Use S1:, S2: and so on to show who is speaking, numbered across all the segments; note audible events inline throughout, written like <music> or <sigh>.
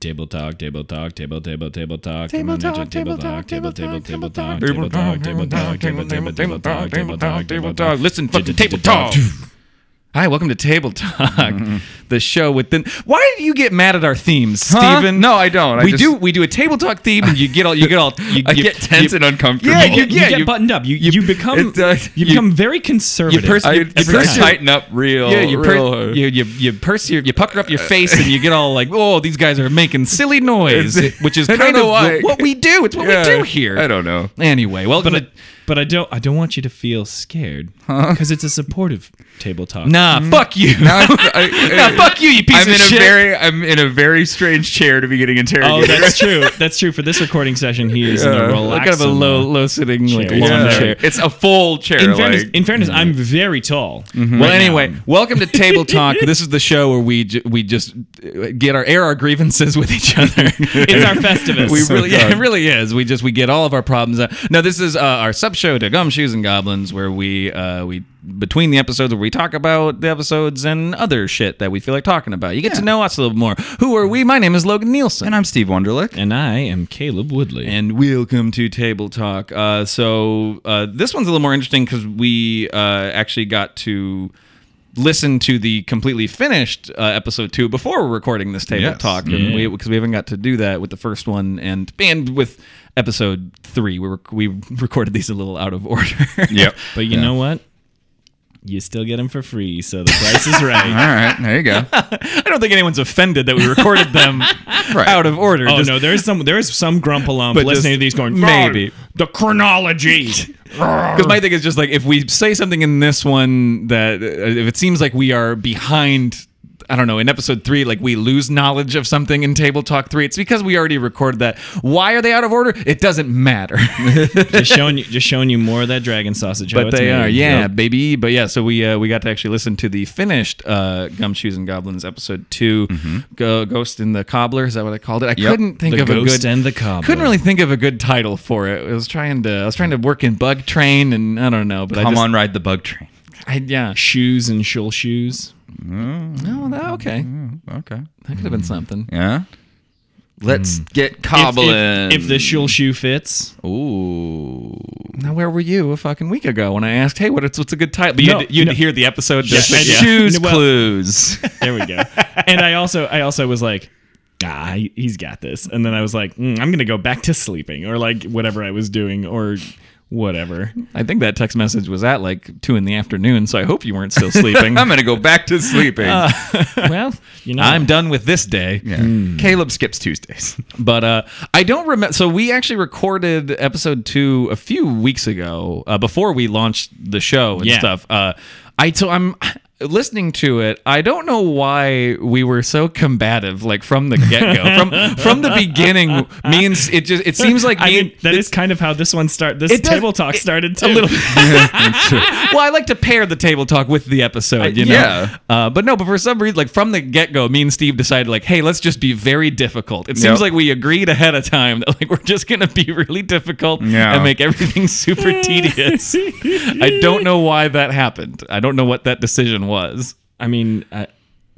S1: Table talk, table talk, table table table talk.
S2: Table
S1: Come on,
S2: talk,
S1: Ninja,
S2: table talk,
S1: table table table
S2: table
S1: talk,
S2: talk,
S1: table talk, table talk, table table table talk, table talk, table talk.
S2: Listen, fucking table talk. Hi, welcome to Table Talk,
S3: Mm-hmm.
S2: the show within. Why do you get mad at our themes,
S3: Huh?
S2: Steven?
S3: No, I don't. I
S2: we
S3: just-
S2: do. We do a table talk theme, and you get all. You get all. You,
S3: I
S2: you-
S3: get tense
S2: you-
S3: and uncomfortable.
S2: Yeah,
S1: You,
S2: you- yeah,
S1: get buttoned up. You you become
S3: it, uh,
S1: you
S3: you-
S1: become very conservative.
S2: pers-
S3: I,
S2: you-
S3: you,
S2: you press your-
S3: tighten up real,
S2: Yeah, you, per-
S3: real hard.
S2: you you you pers- you, you pucker
S3: <laughs>
S2: up your face and you get all like, oh, these guys are making silly noise,
S3: <laughs> It's-
S2: which is
S3: I don't
S2: kind
S3: know
S2: of
S3: why.
S2: wh- what we do. It's what
S3: Yeah.
S2: we do here.
S3: I don't <laughs> know.
S2: Anyway, welcome
S1: but
S2: to
S1: I, but I don't I don't want you to feel
S2: <laughs>
S1: scared because it's a supportive table talk.
S2: Nah, fuck you.
S3: Now I'm- I-
S2: <laughs> nah, fuck you, you piece
S3: Mm-hmm. I'm
S2: of
S3: in
S2: shit.
S3: a very, I'm in a very strange chair to be getting
S1: Oh,
S3: interrogated.
S1: that's true. That's true. For this recording session, he is in
S3: Yeah.
S1: a
S2: Like kind
S1: relaxed
S2: of a
S1: and,
S2: low,
S1: uh,
S2: low sitting like
S1: chair.
S2: lawn
S1: Yeah. Mm-hmm.
S2: chair.
S3: It's a full chair.
S1: In fairness,
S3: like-
S1: in
S2: mm-hmm.
S1: fairness, I'm very tall.
S2: Well,
S1: right
S2: anyway,
S1: now.
S2: welcome to Table Talk. this is the show where we ju- we just uh, get our air our grievances with each other.
S1: <laughs> it's our festivus.
S2: <laughs> we really, yeah,
S3: fun.
S2: it really is. We just we get all of our problems out. No, this is uh, our sub show to Gumshoes and Goblins, where we uh, we between the episodes where we talk about the episodes and other shit that we feel like talking about. You get to know us a little more. Who are we? My name is Logan Nielsen,
S3: and I'm Steve Wunderlich.
S1: and I am Caleb Woodley.
S2: and welcome to Table Talk. Uh, so uh, this one's a little more interesting because we uh, actually got to listen to the completely finished uh, episode two before we're recording this Table
S3: Yes.
S2: Talk, because we, 'cause we haven't got to do that with the first one and and with episode three. We were, we recorded these a little out of order.
S3: <laughs> Yep.
S1: but you
S3: Yeah.
S1: know what? You still get them for free, so the price is
S2: <laughs>
S3: All
S1: right.
S3: right, there you <laughs> go.
S2: <laughs> I don't think anyone's offended that we recorded them
S3: <laughs> Right.
S2: out of order.
S1: Oh
S2: Just-
S1: no, there's some there's some grumpalump
S2: But
S1: listening
S2: just
S1: to these going
S2: maybe.
S1: "Oh,
S2: <laughs>
S1: the chronology.
S2: Because my thing is just like if we say something in this one that uh, if it seems like we are behind, I don't know, in episode three, like we lose knowledge of something in Table Talk three, it's because we already recorded that. Why are they out of order? It doesn't matter.
S1: <laughs> just showing you just showing you more of that dragon sausage. how
S2: but
S1: it's
S2: they
S1: made.
S2: are, yeah,
S1: Yep.
S2: baby. But yeah, so we uh, we got to actually listen to the finished uh, Gumshoes and Goblins episode 2 Go- Ghost in the Cobbler. Is that what I called it? I couldn't think
S1: Mm-hmm. The
S2: of a
S1: ghost
S2: good
S1: and the cobbler.
S2: couldn't really think of a good title for it. I was trying to I was trying to work in Bug Train and I don't know, but I
S3: Come
S2: just,
S3: on, ride the bug train.
S2: I, yeah,
S1: shoes and shoal shoes.
S2: No, that, okay.
S3: Okay. Hmm.
S2: That could have been something.
S3: Yeah. Let's get
S1: If,
S3: cobbling.
S1: if, if the shoal shoe fits,
S3: Ooh.
S2: Now, where were you a fucking week ago when I asked, "Hey, what is, what's a good title?" But you
S1: No,
S2: had, to, you had
S1: no.
S2: to hear the episode.
S1: Yeah,
S2: Just
S1: and-
S2: yeah.
S3: Shoes
S1: Well-
S3: clues.
S1: there we
S2: <laughs>
S1: go. and I also I also was like. Ah, he- he's got this. And then I was like, mm, I'm gonna go back to sleeping, or like whatever I was doing, or whatever.
S2: I think that text message was at like two in the afternoon, so I hope you weren't still sleeping.
S3: <laughs> I'm gonna go back to sleeping.
S1: <laughs> well, you know,
S2: I'm done with this day.
S3: yeah. Caleb skips Tuesdays.
S2: But uh, I don't remember. So we actually recorded episode two a few weeks ago uh, before we launched the show and
S1: Yeah.
S2: stuff. Uh, I so I'm listening to it. I don't know why we were so combative, like from the get
S1: <laughs>
S2: go, from from the beginning. Means it just it seems like
S1: I
S2: me
S1: mean,
S2: and-
S1: that is kind of how this one start. This
S2: It does-
S1: table talk started too. <laughs>
S2: a little. well, I like to pair the table talk with the episode, you know.
S3: yeah.
S2: Uh, but no, but for some reason, like from the get go, me and Steve decided, like, hey, let's just be very difficult. It seems
S3: Yep.
S2: like we agreed ahead of time that like we're just gonna be really difficult
S3: Yeah.
S2: and make everything super <laughs> tedious. I don't know why that happened. I don't know what that decision was.
S1: I mean, I,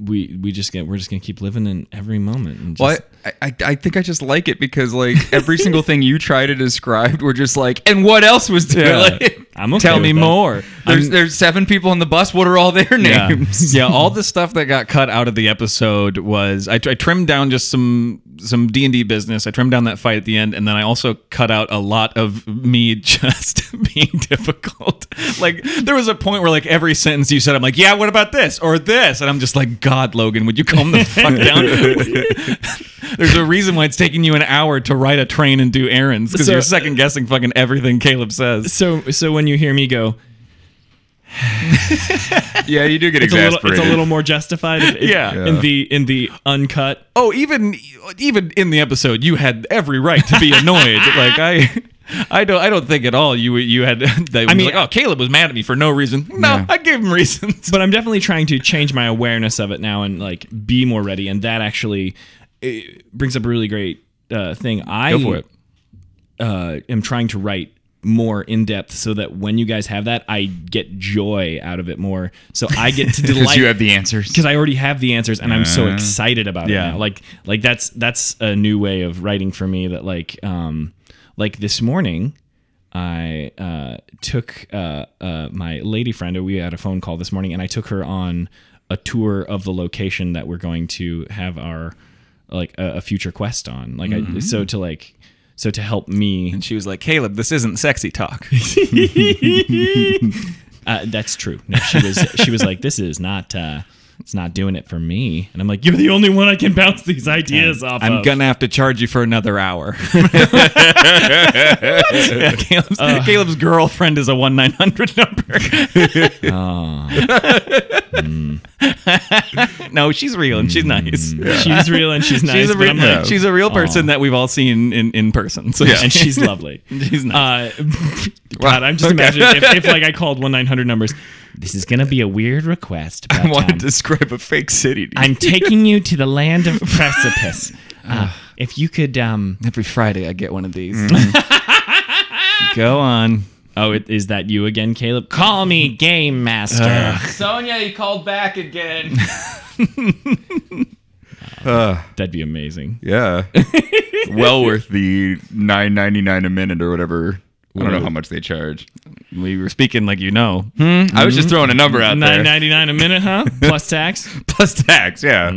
S1: we we just get we're just gonna keep living in every moment. And just,
S3: Well, I, I, I think I just like it because like
S1: <laughs>
S3: every single thing you try to describe, we're just like, and what else was there? <laughs> Like,
S1: I'm okay
S2: Tell
S1: with
S2: me
S1: that.
S2: more.
S3: there's there's seven people on the bus. What are all their
S2: Yeah. <laughs>
S3: names?
S2: yeah, all the stuff that got cut out of the episode was I, I trimmed down just some some D and D business. I trimmed down that fight at the end, and then I also cut out a lot of me <laughs> just being difficult. <laughs> Like there was a point where like every sentence you said, I'm like, yeah, what about this or this, and I'm just like, God, Logan, would you calm the fuck down? <laughs> There's a reason why it's taking you an hour to ride a train and do errands because
S1: So-
S2: you're second guessing fucking everything Caleb says.
S1: so so when you hear me go,
S3: <laughs> Yeah, you do get
S1: it's a little it's a
S3: <laughs>
S1: little more justified. in-
S2: <laughs> Yeah.
S1: in the in the uncut.
S2: oh even even in the episode you had every right to be annoyed <laughs> like i i don't i don't think at all you you had <laughs> that i
S1: mean-
S2: mean like oh caleb was mad at me for no reason no i gave him reasons <laughs>
S1: But I'm definitely trying to change my awareness of it now and like be more ready. And that actually eh, it brings up a really great uh, thing. I
S2: Go for it.
S1: Uh, am trying to write more in depth so that when you guys have that, I get joy out of it more. So I get
S2: <laughs>
S1: to delight
S3: <laughs> you have the answers.
S1: because I already have the answers and I'm so excited about it
S2: Mm-hmm. Yeah.
S1: now. Like like that's that's a new way of writing for me that like um like this morning I uh took uh uh my lady friend we had a phone call this morning and I took her on a tour of the location that we're going to have our like a, a future quest on. Like I
S2: Mm-hmm.
S1: so to like so to help me
S2: And she was like, Caleb, this isn't sexy <laughs> talk.
S1: uh, that's true. No, she was she was like this is not uh it's not doing it for me. And I'm like, you're the only one I can bounce
S2: <laughs>
S1: these ideas off
S2: I'm
S1: of.
S2: gonna have to charge you for another <laughs> hour. Yeah, Caleb's, Caleb's girlfriend is a one nine hundred <laughs> number. <laughs> Mm. no, she's real and she's nice.
S1: She's real and she's nice.
S2: She's a
S1: but
S2: real,
S1: I'm like,
S2: she's a real person that we've all seen in, in person. So
S1: and
S2: <laughs>
S1: she's <laughs> lovely.
S2: she's nice.
S1: Uh,
S2: <laughs>
S1: God, I'm just imagining if, if like I called one nine hundred numbers. This is gonna be a weird
S2: <laughs>
S1: request. About
S3: I want to
S1: time.
S3: describe a fake city. To you.
S1: I'm taking you to the land
S2: <laughs>
S1: of precipice. Uh, if you could, um,
S2: Every Friday I get one of these. <laughs> Go on.
S1: Mm. oh, it, is that you again, Caleb? Call
S2: <laughs>
S1: me game master.
S2: Sonia, you called back <laughs> again.
S3: Uh,
S1: That'd be amazing.
S3: <laughs> yeah, well worth the nine ninety nine a minute or whatever. I don't know how much they charge.
S2: We were speaking like you know.
S3: I was just throwing a number out
S1: Nine
S3: there.
S1: ninety nine a minute,
S2: <laughs>
S1: huh? Plus tax.
S3: <laughs> plus tax. Yeah,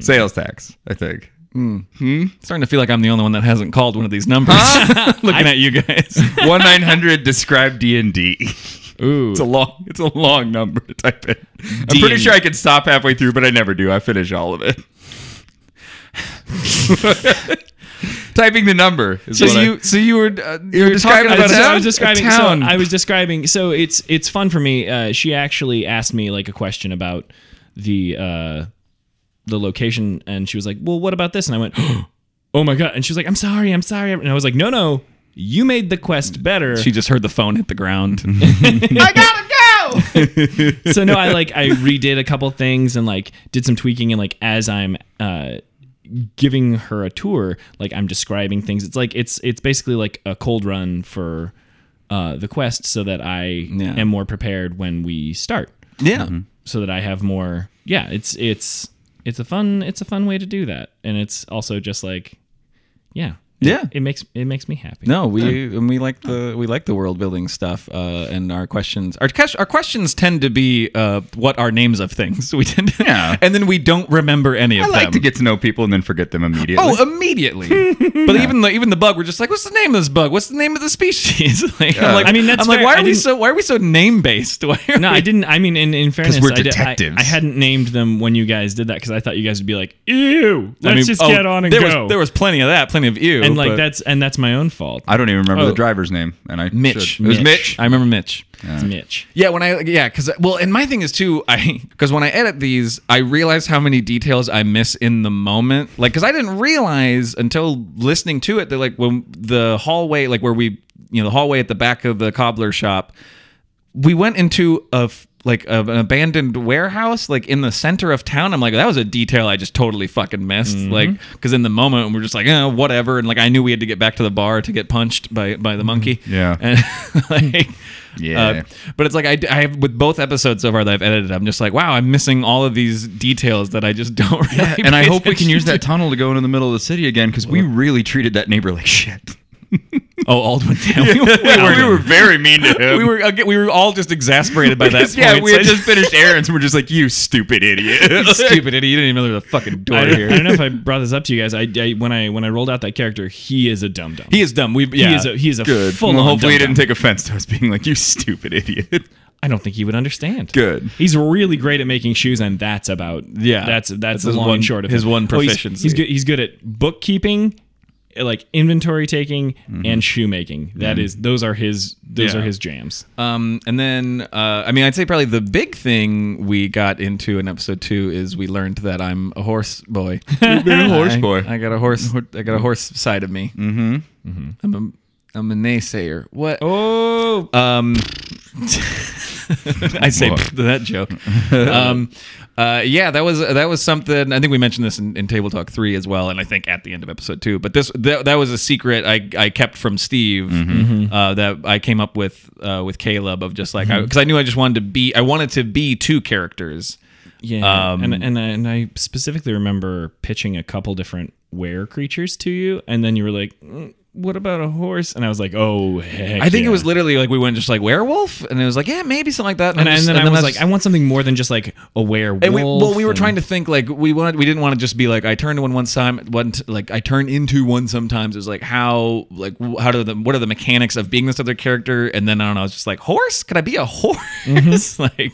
S3: sales tax. I think.
S2: Starting to feel like I'm the only one that hasn't called one of these numbers. <laughs> Looking at
S1: <laughs>
S2: you guys.
S3: One nine <laughs> hundred describe D and D. It's
S1: Ooh,
S3: a long. It's a long number to type in. I'm pretty
S1: D&D.
S3: sure I could stop halfway through, but I never do. I finish all of it. <laughs> Typing the number. Is
S2: So
S3: what I-
S2: you, so you were, uh, you were
S3: describing
S2: talking
S3: a
S2: about
S1: so
S3: town?
S1: I was describing.
S2: a
S1: So
S2: town.
S1: I was describing. So it's it's fun for me. Uh, she actually asked me like a question about the uh, the location, and she was like, "Well, what about this?" And I went, <gasps> "Oh my god!" And she was like, "I'm sorry, I'm sorry," and I was like, "No, no." You made the quest better.
S2: she just heard the phone hit the ground.
S1: so no, I like I redid a couple things and like did some tweaking and like as I'm uh giving her a tour, like I'm describing things. It's like it's it's basically like a cold run for uh the quest so that I
S2: Yeah.
S1: am more prepared when we start.
S2: <laughs> yeah.
S1: So that I have more yeah, it's it's it's a fun it's a fun way to do that. And it's also just like yeah.
S2: Yeah.
S1: It makes it makes me happy.
S2: No, we and we like the we like the world building stuff, uh, and our questions our ques- our questions tend to be uh, what are names of things. <laughs> We tend to,
S3: Yeah.
S2: and then we don't remember any of
S3: I like
S2: them.
S3: to get to know people and then forget them immediately.
S2: oh, immediately. but even the even the bug, we're just like, what's the name of this bug? What's the name of the species? <laughs> like, I'm like,
S1: I mean, that's
S2: I'm like,
S1: fair.
S2: why
S1: I
S2: are we
S1: didn't-
S2: so why are we so name based? <laughs> Why are
S1: No,
S2: we-
S1: I didn't. I mean, in, in fairness,
S3: we're
S1: I did- I,
S3: detectives.
S1: I hadn't named them when you guys did that because I thought you guys would be like, "Ew, let's
S2: I mean,
S1: just
S2: oh,
S1: get on and
S2: there
S1: go."
S2: Was, there was plenty of that, plenty of you,
S1: and like
S2: but-
S1: that's and that's my own fault.
S3: I don't even remember
S1: Oh.
S3: the driver's name, and I
S2: Mitch.
S3: should. It was Mitch.
S2: I remember Mitch.
S1: It's Mitch.
S2: Yeah, when I yeah, because well, and my thing is too, I because when I edit these, I realize how many details I miss in the moment. Like, because I didn't realize until listening to it that like when the hallway, like where we, you know, the hallway at the back of the cobbler shop, we went into a f- like a, an abandoned warehouse, like in the center of town. I'm like, that was a detail I just totally fucking missed. Like, because in the moment we're just like, eh, whatever, and like I knew we had to get back to the bar to get punched by by the monkey.
S3: Yeah.
S2: and <laughs> like,
S3: Yeah.
S2: uh, but it's like I, I have with both episodes so far that I've edited, I'm just like, wow, I'm missing all of these details that I just <laughs> don't. Really
S3: Yeah, and I
S2: pay
S3: hope we can
S2: attention
S3: use
S2: to.
S3: <laughs> that tunnel to go into the middle of the city again because we really treated that neighbor like shit.
S2: Oh, <laughs> Aldwin. Yeah, we, <laughs> were, we were.
S3: very mean to him.
S2: We were, again, we were all just exasperated by that.
S3: Because, <laughs> yeah,
S2: point.
S3: we
S2: So
S3: had
S2: I
S3: just finished errands. and We're just like, you stupid <laughs>
S2: <laughs>
S3: idiot.
S2: stupid idiot. You didn't even know there was a fucking door
S1: I don't,
S2: here.
S1: I don't know if I brought this up to you guys. I, I when I when I rolled out that character, he is a dum dum.
S2: He is dumb. We yeah.
S1: He is a he is a
S3: Good.
S1: full
S3: well,
S1: on
S3: hopefully, he
S1: dum-dum.
S3: didn't take offense to us being like, you stupid idiot.
S1: I don't think he would understand.
S3: Good.
S1: He's really great at making shoes, and that's about
S2: Yeah.
S1: That's that's
S2: That's
S1: the
S2: his
S1: long
S2: one-
S1: and short of
S2: his
S1: him.
S2: one
S1: Oh, he's-
S2: proficiency.
S1: he's good. He's good at bookkeeping, like inventory taking, and shoemaking. That is those are his those
S2: Mm-hmm. Yeah.
S1: are his jams.
S2: Um, and then uh, I mean, I'd say probably the big thing we got into in episode two is we learned that I'm a horse boy.
S3: <laughs> You've been a horse
S2: I-
S3: boy.
S2: I got a horse. I got a horse side of me. Mm-hmm. I'm
S3: I'm a naysayer. What?
S1: Oh,
S2: Um, <laughs> I say pfft to <laughs> that joke. Um, uh, yeah, that was that was something. I think we mentioned this in, in Table Talk three as well, and I think at the end of episode two. But this that, that was a secret I, I kept from Steve
S1: Mm-hmm.
S2: uh, that I came up with uh, with Caleb of just like
S1: Mm-hmm.
S2: because I knew I just wanted to be I wanted to be two characters.
S1: Yeah,
S2: Um,
S1: and and I, and I specifically remember pitching a couple different were creatures to you, and then you were like, "Mm, "What about a horse?" And I was like, "Oh heck!"
S2: I think
S1: yeah."
S2: it was literally like we went just like werewolf, and it was like yeah maybe something like that.
S1: and, I-
S2: I'm
S1: and
S2: just-
S1: then I was
S2: that's-
S1: like, "I want something more than just like a werewolf."
S2: And we, well, we were
S1: and-
S2: trying to think like we wanted. We didn't want to just be like I turned one one time, one t- like I turn into one sometimes. It was like how like wh- how do the what are the mechanics of being this other character? And then I don't know. I was just like horse. Could I be a <laughs> horse? <laughs> like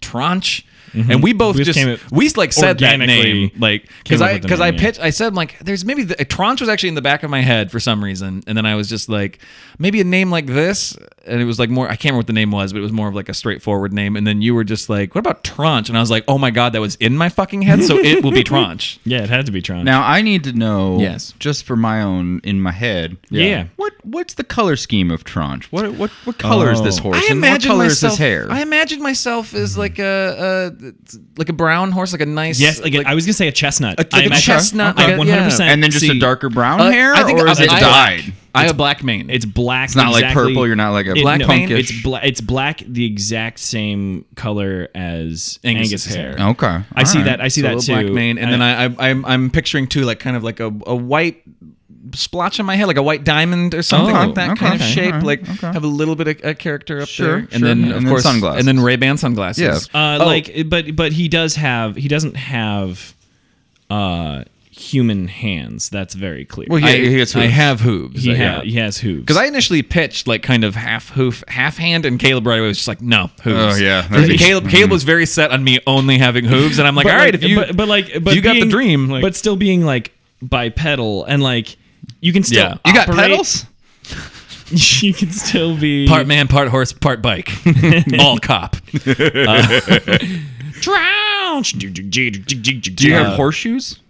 S2: tranche. And we both
S1: Mm-hmm. We just
S2: just,
S1: came up-
S2: we like said that
S1: organically
S2: name like
S1: came
S2: because
S1: up
S2: I
S1: with the
S2: because I
S1: name, yeah.
S2: pitched I said like there's maybe the, tranche was actually in the back of my head for some reason and then I was just like maybe a name like this and it was like more I can't remember what the name was but it was more of like a straightforward name and then you were just like what about tranche and I was like oh my god that was in my fucking head so it will
S3: <laughs>
S2: be tranche
S1: Yeah, it had to be Tron.
S3: Now I need to know.
S2: Yes.
S3: Just for my own in my head.
S1: Yeah. Yeah.
S3: What What's the color scheme of Tranche? What What What color is this
S1: Oh.
S3: horse? and what color is his hair? Mm-hmm.
S2: I imagine myself as like a, a like a brown horse like a nice
S1: yes, like, I was gonna say a chestnut.
S2: like
S1: I
S2: a
S1: imagine-
S2: chestnut, like
S1: I
S2: a-
S1: 100%.
S2: yeah.
S3: and then just
S2: see.
S3: a darker brown
S2: Uh,
S3: hair,
S2: I think
S3: or is
S2: I-
S3: it
S2: I-
S3: dyed?
S2: I have black mane
S1: It's black.
S3: It's not like
S1: exactly-
S3: purple, you're not like a
S1: It-
S3: black
S1: no,
S3: punkish-
S1: It's black. It's black, the exact same color as
S2: Angus's
S1: Angus'
S2: hair.
S1: hair.
S3: Okay.
S1: I see
S3: alright.
S1: that. I see
S2: So a
S1: that too.
S2: little Black mane, and then I, I I'm I'm picturing too like kind of like a, a white splotch on my head, like a white diamond or something
S1: Oh,
S2: like that
S3: okay,
S2: kind of
S3: okay,
S2: shape.
S3: alright,
S2: like
S3: okay.
S2: have a little bit of a character up
S3: Sure,
S2: there, and
S3: sure,
S2: then
S3: yeah.
S2: of
S3: And then
S2: course
S3: sunglasses.
S2: and then Ray Ban sunglasses.
S3: Yeah.
S1: Uh,
S2: Oh,
S1: like but but he does have he doesn't have uh human hands that's very clear
S3: Well, he,
S2: I,
S3: he has
S2: I
S3: hooves.
S2: have hooves.
S1: he,
S2: I-
S1: ha-
S2: yeah.
S1: he has hooves
S2: Because I initially pitched like kind of half hoof, half hand, and Caleb right away was just like, "No, hooves."
S3: Oh, yeah.
S2: And Caleb,
S3: mm-hmm.
S2: Caleb was very set on me only having hooves, and I'm like,
S1: but
S2: "All right, if you,
S1: but, but like but
S2: you got the
S1: being-
S2: dream, like-
S1: but still being like bipedal and like you can still
S2: Yeah.
S3: You got
S1: operate-
S3: pedals?
S1: <laughs> you can still be
S2: part man, part horse, part
S3: <laughs>
S2: bike, all cop."
S1: Trouch!
S3: Do you
S2: Uh,
S3: have horseshoes?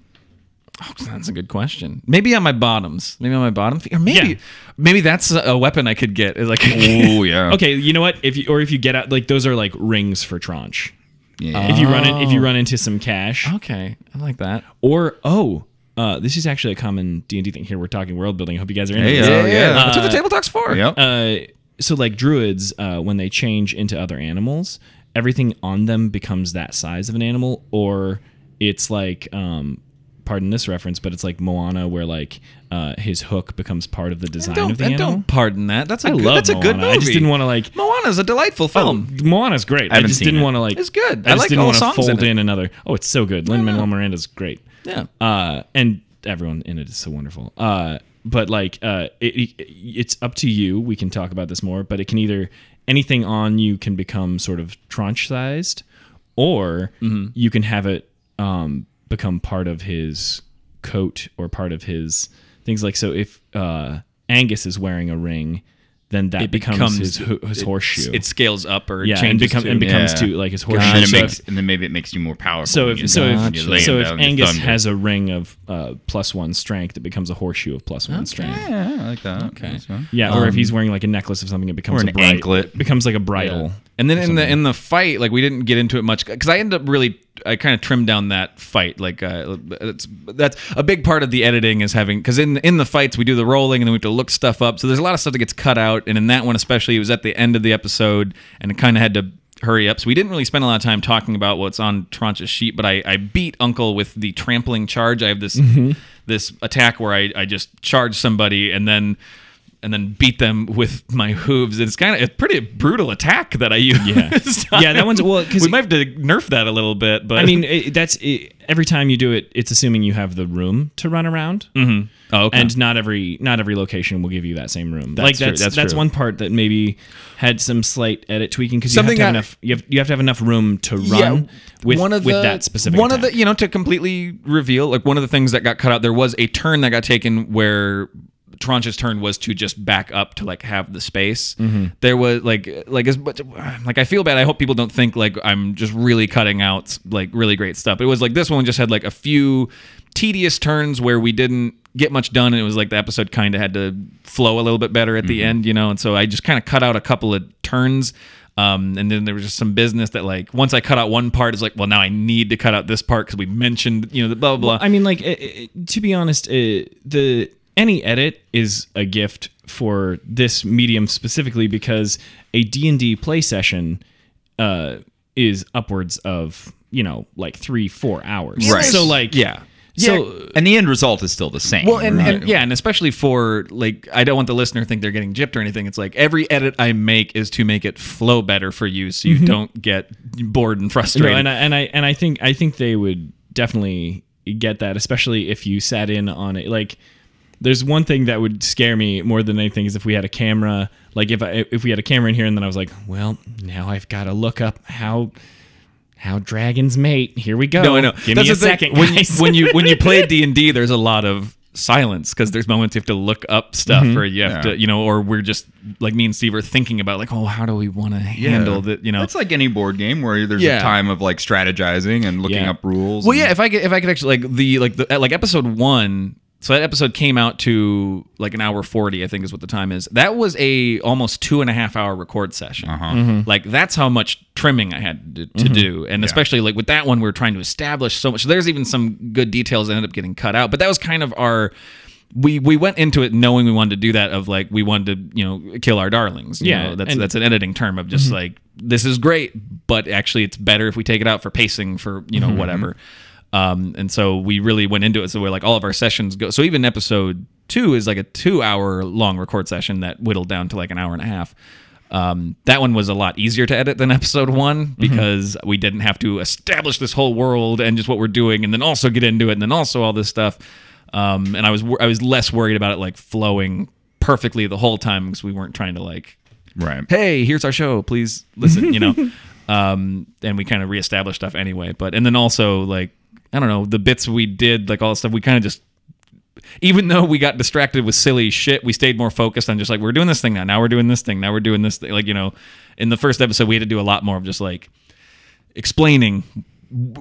S2: That's a good question. Maybe on my bottoms. Maybe on my bottom feet. Or maybe
S1: Yeah.
S2: maybe that's a weapon I could get. is Like
S3: Oh <laughs> yeah.
S1: okay you know what if you or if you get out like those are like rings for tranche
S3: Yeah. Oh.
S1: if you run it if you run into some cash
S2: <laughs> Okay. I like that.
S1: or oh uh, this is actually a common D&D thing here. We're talking world building. I hope you guys are into
S3: Hey,
S1: this.
S3: uh, Oh, yeah.
S2: That's what the table talk's for.
S3: yep.
S1: uh, so like druids, uh, when they change into other animals, everything on them becomes that size of an animal, or it's like, um, pardon this reference, but it's like Moana, where like uh, his hook becomes part of the design
S2: Don't,
S1: of the
S2: and
S1: animal.
S2: don't pardon that. That's a
S1: I
S2: good,
S1: love
S2: that's a good
S1: Moana.
S2: movie.
S1: I just didn't want to like.
S2: Moana's a delightful film.
S1: Moana's great. I,
S3: haven't
S1: just
S3: seen
S1: didn't
S3: it.
S1: want to like.
S2: It's good.
S1: I
S2: I
S1: just
S2: like
S1: didn't
S2: all
S1: wanna
S2: the songs in
S1: fold
S2: it.
S1: in another. Oh, it's so good. Lin Manuel Miranda's great.
S2: Yeah.
S1: Uh, and everyone in it is so wonderful. Uh, but like, uh, it, it- it's up to you. We can talk about this more, but it can either anything on you can become sort of tranche sized, or
S2: Mm-hmm.
S1: you can have it um, become part of his coat or part of his things. Like so, if uh, Angus is wearing a ring, then that becomes,
S2: becomes-
S1: his ho- his horseshoe.
S2: It scales up or
S1: yeah,
S2: changes
S1: and, become,
S2: to-
S1: and becomes
S3: Yeah.
S1: too like his
S3: and,
S1: horseshoe.
S3: then it
S1: Uh, So if-
S3: makes, and then maybe it makes you more powerful.
S1: so
S3: when you-
S1: if so
S3: when
S1: if,
S3: you
S1: so
S3: lay
S1: if,
S3: him down in the
S1: Angus
S3: thunder.
S1: has a ring of uh, plus one strength, it becomes a horseshoe of plus one strength.
S3: yeah, yeah, I like that. Okay.
S1: Yeah, or if he's wearing like a necklace of something, it becomes
S3: Or an
S1: a bri-
S3: anklet.
S1: It becomes like a bridle.
S2: And then in the in the fight, like we didn't get into it much because I ended up really I kind of trimmed down that fight. Like uh, that's that's a big part of the editing is having because in in the fights we do the rolling and then we have to look stuff up. So there's a lot of stuff that gets cut out. And in that one especially, it was at the end of the episode and it kind of had to hurry up. So we didn't really spend a lot of time talking about what's on Tranche's sheet. But I I beat Uncle with the trampling charge. I have this this attack where I I just charge somebody and then and then beat them with my hooves. It's kind of a pretty brutal attack that I used. <laughs>
S1: Yeah. Yeah, that one's- well, 'cause-
S2: we might have to nerf that a little bit, but
S1: I mean, it, that's it, every time you do it, it's assuming you have the room to run around,
S3: Mm-hmm.
S2: oh, okay.
S1: and not every not every location will give you that same room. like
S2: true,
S1: that's
S2: that's true.
S1: one part that maybe had some slight edit tweaking because you have
S2: Something
S1: to have
S2: I-
S1: enough you have you have to have enough room to run with with that specific
S2: one
S1: attack.
S2: of the you know to completely reveal like one of the things that got cut out there was a turn that got taken where Tranche's turn was to just back up to like have the space. There was like like as but like I feel bad. I hope people don't think like I'm just really cutting out like really great stuff. It was like this one just had like a few tedious turns where we didn't get much done and it was like the episode kind of had to flow a little bit better at the end you know and so i just kind of cut out a couple of turns um, and then there was just some business that like once i cut out one part it's like well now i need to cut out this part because we mentioned you know the blah blah blah
S1: I mean, like it, it- to be honest, uh the any edit is a gift for this medium specifically because a D and D play session uh, is upwards of you know like three four hours.
S3: Right.
S1: So like
S2: yeah
S1: So
S4: and the end result is still the same.
S2: Well, and, and yeah, and especially for like, I don't want the listener to think they're getting gypped or anything. It's like every edit I make is to make it flow better for you, so you don't get bored and frustrated.
S1: No, and I, and I and I think I think they would definitely get that, especially if you sat in on it. Like, there's one thing that would scare me more than anything is if we had a camera. Like, if I if we had a camera in here, and then I was like, well, now I've got to look up how how dragons mate. Here we go.
S2: no, I know.
S1: Give
S2: That's
S1: me a
S2: the thing.
S1: second,
S2: When,
S1: guys.
S2: when you when you play D and D, there's a lot of silence because there's moments you have to look up stuff,
S1: Mm-hmm.
S2: or you have
S4: Yeah.
S2: to, you know, or we're just like me and Steve are thinking about like, oh, how do we want to handle that, you know?
S3: It's like any board game where there's
S2: Yeah.
S3: a time of like strategizing and looking
S1: Yeah.
S3: up rules.
S2: Well,
S3: and-
S2: yeah. If I could, if I could actually like the like the like episode one. So that episode came out to like an hour forty, I think is what the time is. That was a almost two and a half hour record session. Like that's how much trimming I had to, to do, and especially like with that one, we were trying to establish so much. So there's even some good details that ended up getting cut out, but that was kind of our. We, we went into it knowing we wanted to do that of like we wanted to you know kill our darlings you
S1: Yeah,
S2: know, that's
S1: and- Mm-hmm.
S2: that's an editing term of just like this is great, but actually it's better if we take it out for pacing for you know
S1: Mm-hmm,
S2: whatever. Um, and so we really went into it. So we're like all of our sessions go. So even episode two is like a two hour long record session that whittled down to like an hour and a half. Um, that one was a lot easier to edit than episode one
S1: Mm-hmm.
S2: because we didn't have to establish this whole world and just what we're doing, and then also get into it, and then also all this stuff. Um, and I was wor- I was less worried about it like flowing perfectly the whole time because we weren't trying to like
S4: right.
S2: hey, here's our show. Please listen, you know. um, and we kind of reestablish stuff anyway. But and then also like I don't know the bits we did, like all the stuff we kind of just. Even though we got distracted with silly shit, we stayed more focused on just like we're doing this thing now. Now we're doing this thing. Now we're doing this thing. Like you know, in the first episode, we had to do a lot more of just like explaining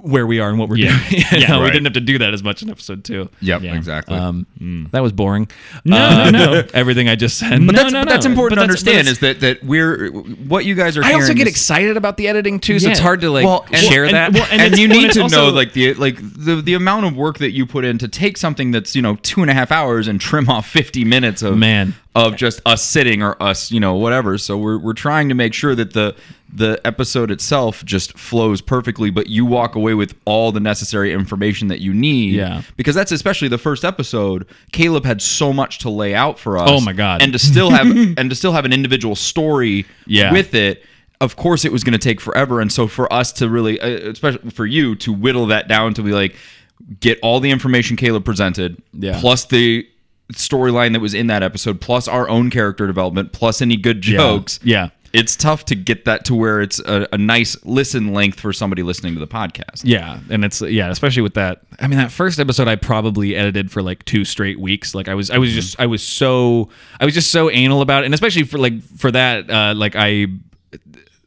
S2: where we are and what we're doing. <laughs> yeah, we
S4: right.
S2: didn't have to do that as much in episode two.
S3: Yep,
S1: Yeah.
S3: exactly.
S2: Um, That was boring. Um,
S1: No, no, no.
S2: <laughs> Everything I just said.
S1: No,
S4: that's,
S1: no,
S4: but
S1: no.
S4: that's important to
S1: But that's- but
S4: understand is
S1: that's-
S4: that that we're what you guys are.
S2: I also
S4: hearing
S2: get
S4: is-
S2: excited about the editing too, so it's
S1: Yeah.
S2: hard to like
S4: Well, and-
S2: share
S1: and-
S2: that.
S1: well, and-
S2: and,
S3: and,
S1: it's-
S3: you
S1: well,
S3: need
S1: it's
S3: to know
S1: also-
S3: like the like the the amount of work that you put in to take something that's you know two and a half hours and trim off 50 minutes of
S2: Man.
S3: of just us sitting or us you know whatever so we're, we're trying to make sure that the the episode itself just flows perfectly but you walk away with all the necessary information that you need
S2: Yeah.
S3: because that's especially the first episode caleb had so much to lay out for us
S2: Oh my God.
S3: and to still have and to still have an individual story
S2: Yeah.
S3: with with it, of course, it was going to take forever. And so for us to really, uh, especially for you to whittle that down to be like, get all the information Caleb presented,
S2: Yeah.
S3: plus the storyline that was in that episode, plus our own character development, plus any good jokes.
S2: Yeah.
S3: It's tough to get that to where it's a, a nice listen length for somebody listening to the podcast.
S2: yeah, and it's yeah, especially with that. I mean, that first episode I probably edited for like two straight weeks. Like I was, I was just, I was so, I was just so anal about it, and especially for like for that, uh, like I,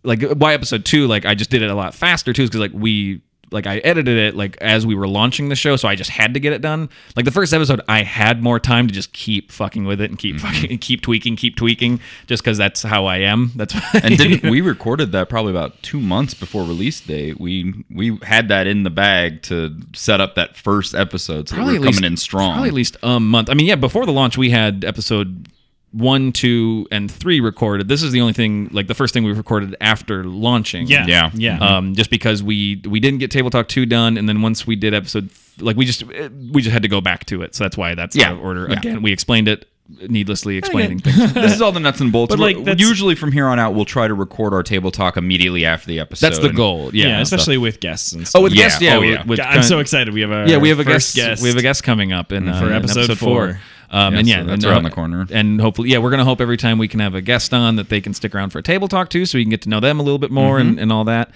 S2: like why episode two, like I just did it a lot faster too, because like we. Like I edited it like as we were launching the show, so I just had to get it done. Like the first episode, I had more time to just keep fucking with it and keep fucking <laughs> and keep tweaking, keep tweaking, just because that's how I am. That's <laughs>
S3: And didn't we recorded that probably about two months before release date? We we had that in the bag to set up that first episode, so that we're coming in strong.
S2: Probably at least a month. I mean, yeah, before the launch, we had episode one, two, and three recorded. This is the only thing, like the first thing we recorded after launching.
S1: yeah,
S4: Yeah.
S1: yeah.
S2: Um, just because we we didn't get Table Talk two done, and then once we did episode, th- like we just eh, we just had to go back to it. So that's why that's
S3: Yeah.
S2: the order.
S3: Yeah.
S2: Again, we explained it needlessly, explaining things.
S3: <laughs> this is all the nuts and bolts.
S1: But,
S3: We're-
S1: like, that's-
S3: usually from here on out, we'll try to record our table talk immediately after the episode.
S2: That's the
S3: And-
S2: goal. Yeah.
S1: yeah, especially with guests and stuff.
S2: Oh, with
S3: Yeah.
S2: guests, yeah,
S3: Oh,
S2: with-
S3: yeah.
S2: with
S1: I'm so
S2: current-
S1: excited. We have our
S2: yeah, we have a
S1: first
S2: guest, We have a guest coming up in, uh,
S1: For
S2: in
S1: episode four.
S2: Um,
S3: Yeah,
S2: and
S3: so
S2: yeah,
S3: that's
S2: and,
S3: around the corner.
S2: And hopefully, yeah, we're gonna hope every time we can have a guest on that they can stick around for a table talk too, so you can get to know them a little bit more and, and all that.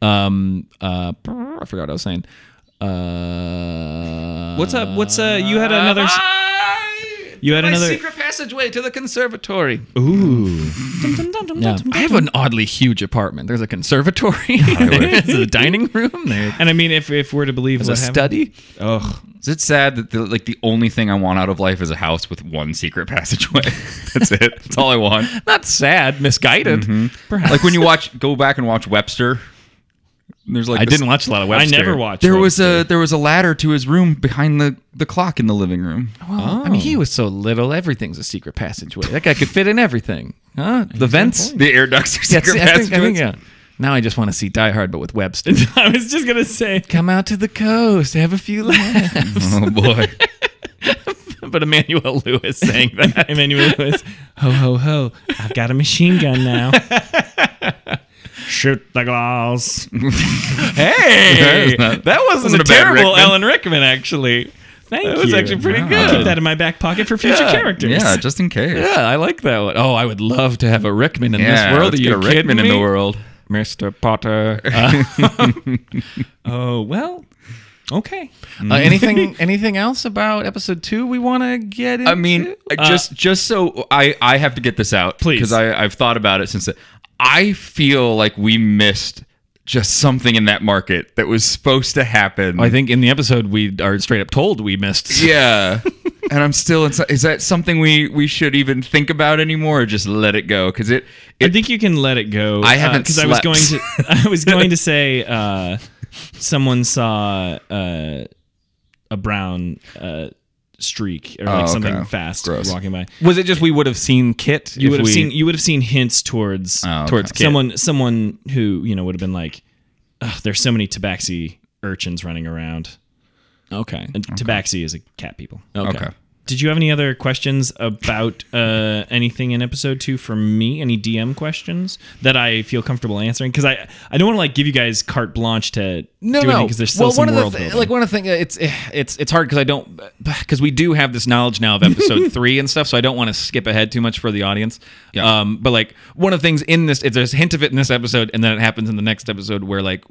S2: Um, uh, I forgot what I was saying. Uh,
S1: What's up? What's uh? You had another. s-
S2: I-
S1: You had
S2: my
S1: another-
S2: secret passageway to the conservatory.
S1: Ooh.
S2: Yeah. I have an oddly huge apartment. There's a <laughs> conservatory. There's a dining room. There.
S1: And I mean, if if we're to believe
S2: There's a
S1: what happened,
S2: study.
S1: Ugh.
S3: Is it sad that the, like the only thing I want out of life is a house with one secret <laughs> passageway? That's it. That's all I want.
S2: Not sad, misguided. <laughs> Perhaps.
S3: Like when you watch, go back and watch Webster. There's like
S2: I
S3: this-
S2: didn't watch a lot of
S1: <laughs> I
S2: Webster.
S1: never watched.
S3: There was a there was a ladder to his room behind the the clock in the living room.
S2: Well, I mean, he was so little. Everything's a secret passageway. That guy could fit in everything. Huh? The vents. <laughs>
S3: The air ducts are
S2: Yeah, see,
S3: secret
S2: I think- I think,
S3: passageways.
S2: yeah. Now I just want to see Die Hard, but with <laughs> Webster.
S1: <laughs> I was just gonna say
S2: Come out to the coast, have a few laughs.
S3: Oh boy.
S2: <laughs> but Emmanuel Lewis saying <laughs> that.
S1: Emmanuel Lewis. Ho ho ho! I've got a machine gun
S2: <laughs>
S1: now. Shoot the glass.
S2: hey,
S3: That-
S2: that wasn't,
S3: wasn't
S2: a
S3: a bad
S2: terrible
S3: Rickman.
S2: Alan Rickman, actually.
S1: Thank you.
S2: That was actually pretty
S3: Wow.
S1: I'll
S2: good.
S1: keep that in my back pocket for future
S2: Yeah.
S1: characters.
S3: Yeah, just in
S2: <laughs>
S3: case.
S2: yeah, I like that one. Oh, I would love to have a Rickman in
S3: Yeah,
S2: this world.
S3: let's
S2: Are
S3: get
S2: you
S3: a Rickman
S2: kidding
S3: in the
S2: me?
S3: world.
S2: Mr. Potter. Uh,
S1: <laughs> Oh well. Okay.
S2: uh, anything? <laughs> Anything else about episode two we want to get? Into?
S3: I mean, just just so I I have to get this out
S1: Uh, Please.
S3: because I I've thought about it since. The, I feel like we missed just something in that market that was supposed to happen.
S2: I think in the episode we are straight up told we missed.
S3: yeah. <laughs> And I'm still inside. Is that something we, we should even think about anymore, or just let it go? Because it,
S1: I
S3: it
S1: think you can let it go.
S3: I
S1: uh,
S3: haven't
S1: I was
S3: slept.
S1: going to. <laughs> I was going
S3: <laughs>
S1: to say uh, someone saw uh, a brown uh, streak or like
S3: Oh, okay.
S1: something fast
S3: Gross.
S1: walking by.
S2: Was it just we would have seen Kit?
S1: You would have seen. You would have seen hints towards
S3: okay.
S2: towards Kit.
S1: someone. Someone who you know would have been like, Ugh, "There's so many Tabaxi urchins running around."
S2: Okay.
S1: And Tabaxi is a cat people.
S2: Okay.
S3: okay.
S1: Did you have any other questions about uh, anything in episode two for me? Any DM questions that I feel comfortable answering? Because I I don't want to like give you guys carte blanche to
S2: No,
S1: do
S2: no.
S1: because there's still
S2: well,
S1: some
S2: one
S1: world
S2: of the th-
S1: building.
S2: like one of the things it's eh, it's it's hard because I don't <sighs> because we do have this knowledge now of
S3: <laughs>
S2: episode three and stuff, so I don't want to skip ahead too much for the audience. Um, but like one of the things in this, if there's a hint of it in this episode, and then it happens in the next episode where like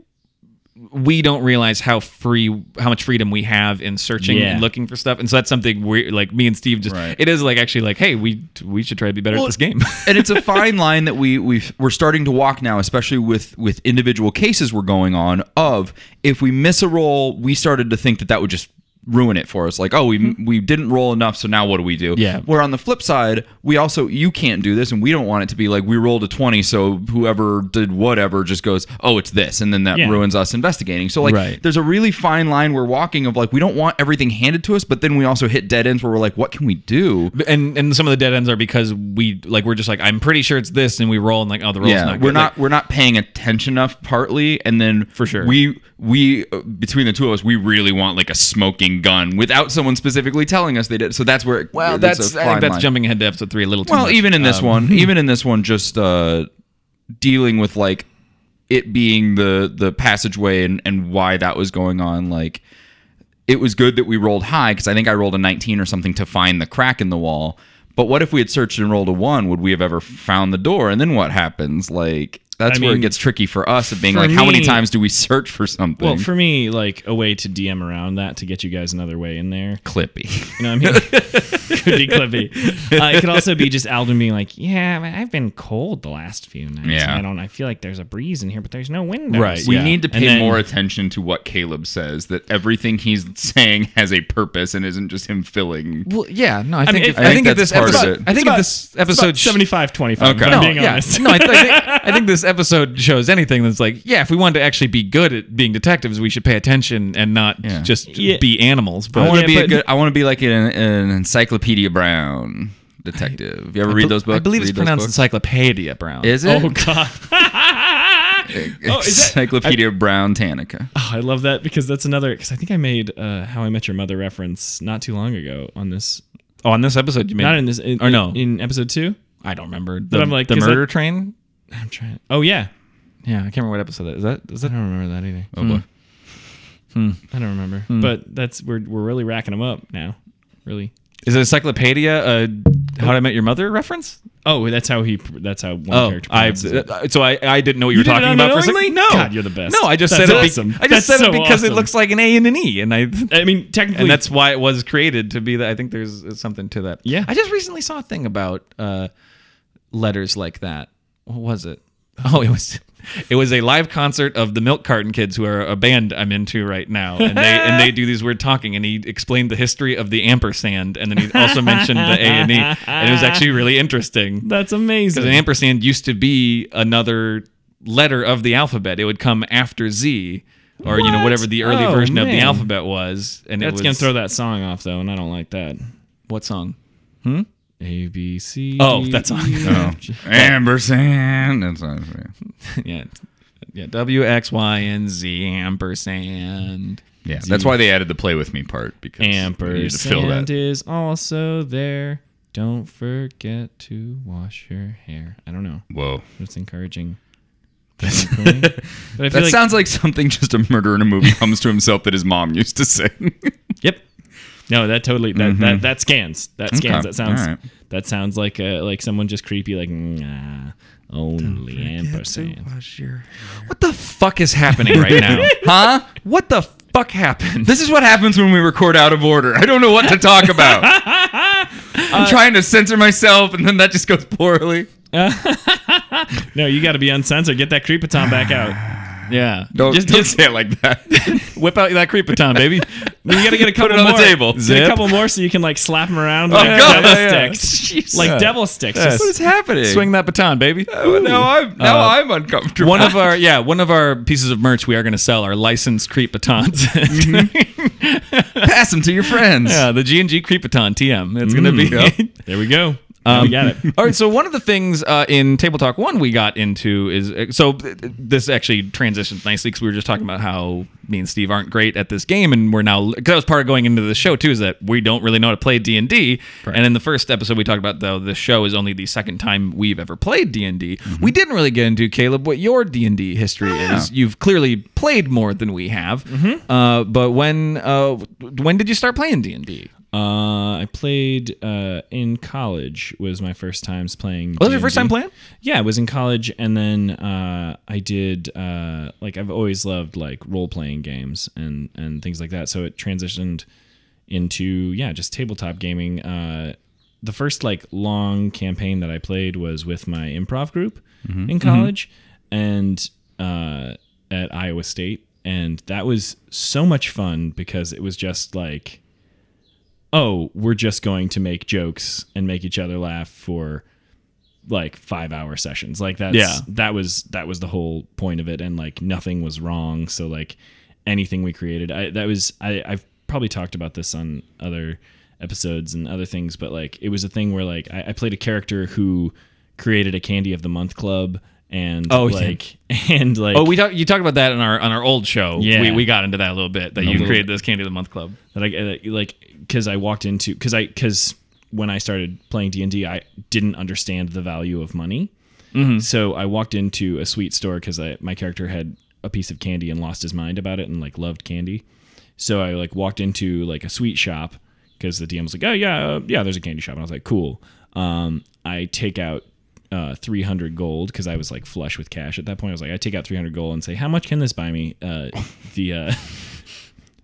S2: we don't realize how free how much freedom we have in searching
S1: Yeah.
S2: and looking for stuff and so that's something we like me and steve just
S3: Right.
S2: it is like actually like hey we we should try to be better at this game <laughs>
S3: and it's a fine line that we we we're starting to walk now, especially with with individual cases we're going on. Of if we miss a roll, we started to think that that would just ruin it for us. Like, oh, we we didn't roll enough, so now what do we do?
S2: Mm-hmm. Yeah.
S3: Where on the flip side, we also you can't do this, and we don't want it to be like we rolled a twenty, so whoever did whatever just goes, oh, it's this, and then that
S1: Yeah.
S3: ruins us investigating. So like,
S2: Right.
S3: there's a really fine line we're walking of like we don't want everything handed to us, but then we also hit dead ends where we're like, what can we do?
S2: and and some of the dead ends are because we like we're just like I'm pretty sure it's this, and we roll and like oh the roll's
S3: yeah,
S2: not.
S3: we're
S2: good.
S3: not we're not paying attention enough partly, and then for
S2: sure.
S3: we we uh, between the two of us we really want like a smoking gun without someone specifically telling us they did. So that's where it,
S2: Like, well,
S3: it's
S2: that's
S3: a
S2: I
S3: fine
S2: think that's
S3: line.
S2: jumping ahead to episode three a little too
S3: Well,
S2: much.
S3: even in this
S1: <laughs>
S2: Um,
S3: one, even in this one, just uh, dealing with like it being the the passageway and and why that was going on, like. It was good that we rolled high because I think I rolled a 19 or something to find the crack in the wall. But what if we had searched and rolled a one? Would we have ever found the door? And then what happens? Like that's
S1: I
S3: where
S1: mean,
S3: it gets tricky for us of being
S1: for
S3: like, how many
S1: me-
S3: times do we search for something?
S1: well, for me, like a way to DM around that to get you guys another way in there. <laughs>
S3: Clippy.
S1: You know what I mean?
S2: <laughs>
S1: could be clippy. Uh, it could also be just Alden being like, "Yeah, but I've been cold the last few nights.
S3: Yeah.
S1: I don't. I feel like there's a breeze in here, but there's no windows.
S2: Right,
S3: We
S2: Yeah.
S3: need to
S1: And
S3: pay
S1: then-
S3: more attention to what Caleb says. That everything he's saying <laughs> has a purpose and isn't just him filling.
S2: well, yeah, no, I think
S1: mean,
S2: if-
S1: it-
S2: I,
S1: I
S2: think
S3: think
S2: at
S3: that's
S2: this
S3: part of
S2: episode,
S3: it.
S2: I think at this episode
S1: About 75 25
S3: Okay.
S1: if I'm
S2: No,
S1: being
S2: yeah. <laughs>
S1: honest.
S2: no, I, th- I, think,
S1: <laughs>
S2: I think this episode shows anything that's like, yeah, if we wanted to actually be good at being detectives, we should pay attention and not
S3: Yeah.
S2: just
S1: Yeah.
S2: be animals. But
S3: I want to
S1: Yeah,
S3: be a
S1: but-
S3: good. I want to be like an, an Encyclopedia Brown detective. You ever read those books?
S2: I believe it's
S3: Read those
S2: pronounced
S3: books?
S2: Encyclopedia Brown.
S3: Is it?
S1: Oh god. oh, is that-
S3: Encyclopedia Brown Tannica.
S1: <laughs> Oh, I love that because that's another because I think I made uh, How I Met Your Mother reference not too long ago on this.
S2: Oh, on this episode, you mean?
S1: Not in this, in,
S2: or no?
S1: in episode two.
S2: I don't remember. The,
S1: I'm like,
S2: the
S1: 'cause I-
S2: murder train.
S1: I'm trying. Oh yeah,
S2: Yeah, I can't remember what episode that is. That is
S1: I
S2: that.
S1: don't remember that either.
S3: Oh boy.
S1: I don't remember. But that's we're we're really racking them up now. Really.
S2: Is it encyclopedia? A How I Met Your Mother reference?
S1: Oh, that's how he. pr- That's how one
S2: Oh,
S1: character.
S2: I
S1: pronounces it.
S2: so I, I didn't know what you, were
S1: did it
S2: talking about for a
S1: unknowingly?
S2: second. No,
S1: God, you're the best.
S2: No, I just
S1: That's
S2: said it.
S1: awesome.
S2: Be, I
S1: That's
S2: just said
S1: so
S2: it because
S1: awesome.
S2: it looks like an A and an E, and I
S1: I mean, technically,
S2: and that's why it was created to be that. I think there's uh, something to that.
S1: Yeah.
S2: I just recently saw a thing about uh, letters like that. What was it? Oh, it was It was a live concert of the Milk Carton Kids, who are a band I'm into right now, and they and they do these weird talking. And he explained the history of the ampersand, and then he also mentioned the A and E, and it was actually really interesting
S1: That's
S2: because an
S1: amazing.
S2: ampersand used to be another letter of the alphabet. It would come after Z, or you know
S1: What?
S2: whatever the early
S1: Oh,
S2: version of the
S1: man.
S2: alphabet was. And it
S1: That's
S2: was,
S1: gonna throw that song off though, and I don't like that.
S2: what song?
S1: A B C.
S2: Oh,
S1: D,
S2: that song.
S1: E,
S3: Oh. <laughs> Amber Sand. That's not-
S2: <laughs> yeah, yeah. W X Y and Z ampersand.
S3: yeah, that's why they added the play with me part because we needed to fill
S1: Ampersand
S3: that.
S1: is also there. Don't forget to wash your hair. I don't know.
S3: Whoa,
S1: It's encouraging. shampooing. but I
S3: that
S1: feel like
S3: sounds like something just a murderer in a movie comes to himself that his mom used to <laughs> sing.
S1: yep. No, that totally that
S2: Mm-hmm.
S1: that, that scans. That scans.
S3: Okay,
S1: That sounds
S3: all right.
S1: that sounds like a, like someone just creepy like nah, only ampersand.
S2: What the fuck is happening
S3: <laughs>
S2: right now?
S3: huh?
S2: what the fuck happened?
S3: This is what happens when we record out of order. I don't know what to talk <laughs> about. I'm trying to censor myself, and then that just goes poorly.
S1: No, you got to be uncensored. Get that creepaton back
S2: <sighs>
S1: out.
S2: Yeah.
S3: Don't,
S2: just,
S3: don't
S2: just
S3: say it like <laughs> that.
S2: whip out that creepaton, baby.
S1: You got to get a couple
S3: it on the
S1: more.
S3: table.
S1: Get
S2: Zip.
S1: a couple more so you can like slap them around
S3: Oh,
S1: like
S3: God,
S1: devil
S3: yeah, yeah.
S1: sticks.
S3: Jesus.
S1: Like devil sticks.
S2: Yes.
S1: Just
S3: What is happening?
S2: Swing that baton, baby.
S3: Oh, now I'm now I'm uncomfortable.
S2: One of our yeah, one of our pieces of merch we are going to sell are licensed creep batons.
S3: <laughs> pass them to
S2: <laughs>
S3: your friends. <laughs>
S2: yeah, Uh, the G and G creep baton TM. It's
S3: Mm,
S2: going to be <laughs>
S1: There we go.
S2: Um,
S1: we got it.
S2: All right, so one of the things uh, in Table Talk One we got into is uh, so th- th- this actually transitions nicely because we were just talking about how me and Steve aren't great at this game, and we're now because that was part of going into the show too is that we don't really know how to play D and D. And in the first episode we talked about though the show is only the second time we've ever played D and D. We didn't really get into Caleb what your D and D history is. You've clearly played more than we have, uh, but when uh, when did you start playing D and D?
S1: Uh, I played uh, in college. Was my first times playing.
S2: Oh, Was it your first
S1: D&D.
S2: time playing?
S1: Yeah, it was in college, and then uh, I did uh, like I've always loved like role playing games and and things like that. So it transitioned into yeah, just tabletop gaming. Uh, the first like long campaign that I played was with my improv group in college, and uh, at Iowa State, and that was so much fun because it was just like oh, we're just going to make jokes and make each other laugh for like five hour sessions. Like that's
S2: Yeah.
S1: that was that was the whole point of it and like nothing was wrong. So like anything we created, I that was I, I've probably talked about this on other episodes and other things, but like it was a thing where like I, I played a character who created a candy of the month club and
S2: Oh, yeah.
S1: like <laughs> and like
S2: Oh, we talked. You talked about that on our on our old show.
S1: Yeah.
S2: we, we got into that a little bit. That you
S1: little
S2: created this Candy of the Month Club.
S1: that I that, like because I walked into because I because when I started playing D anD I didn't understand the value of money, so I walked into a sweet store because my character had a piece of candy and lost his mind about it and like loved candy, so I like walked into like a sweet shop because the DM was like, oh yeah, uh, yeah, there's a candy shop, and I was like, cool. Um, I take out. Uh, 300 gold because I was like flush with cash at that point. I was like, I take out 300 gold and say, How much can this buy me? Uh, the uh,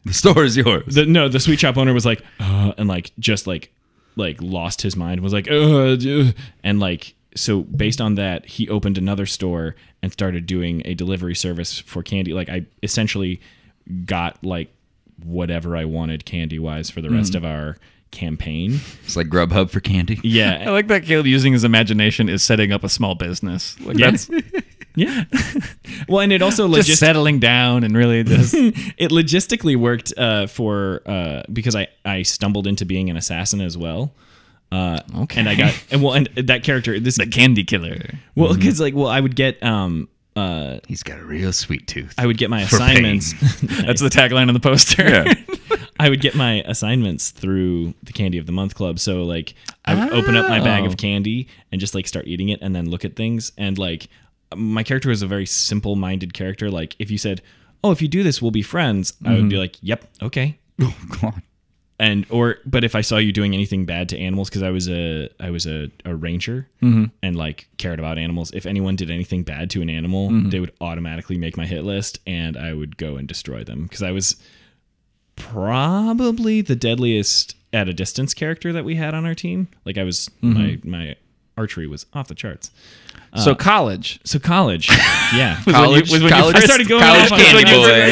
S3: The store is yours.
S1: the no the sweet shop owner was like uh, and like just like like lost his mind was like uh, d- and like so based on that he opened another store and started doing a delivery service for candy like i essentially got like whatever i wanted candy wise for the rest
S2: Mm-hmm.
S1: of our campaign
S2: <laughs>
S3: It's like Grubhub for candy.
S2: I
S1: yeah
S2: like that Caleb using his imagination is setting up a small business. Like that's <laughs>
S1: yeah well and it also
S2: just,
S1: logistically
S2: settling down and really <laughs> just
S1: it logistically worked uh, for uh, because I, I stumbled into being an assassin as well. Uh,
S2: Okay.
S1: And I got and well and that character this
S2: the candy killer.
S1: well
S3: Mm-hmm.
S1: because like well I would get um uh
S3: He's got a real sweet tooth.
S1: I would get my
S3: For pain. <laughs>
S1: assignments
S2: That's the tagline on the poster.
S3: Yeah.
S2: <laughs>
S1: I would get my assignments through the Candy of the Month Club. So like I would open up my bag
S3: Oh.
S1: of candy and just like start eating it and then look at things and like my character was a very simple minded character. Like if you said, Oh, if you do this we'll be friends, I
S3: Mm-hmm.
S1: would be like, Yep, okay.
S3: oh God.
S1: and or but if I saw you doing anything bad to animals because I was a I was a, a ranger and like cared about animals if anyone did anything bad to an animal they would automatically make my hit list and I would go and destroy them because I was probably the deadliest at a distance character that we had on our team like I was my my archery was off the charts.
S2: so college.
S1: So college, yeah.
S2: was when you-
S3: College-
S2: was when you
S3: college-
S2: first-
S1: I started going
S3: college
S1: off on that.
S3: candy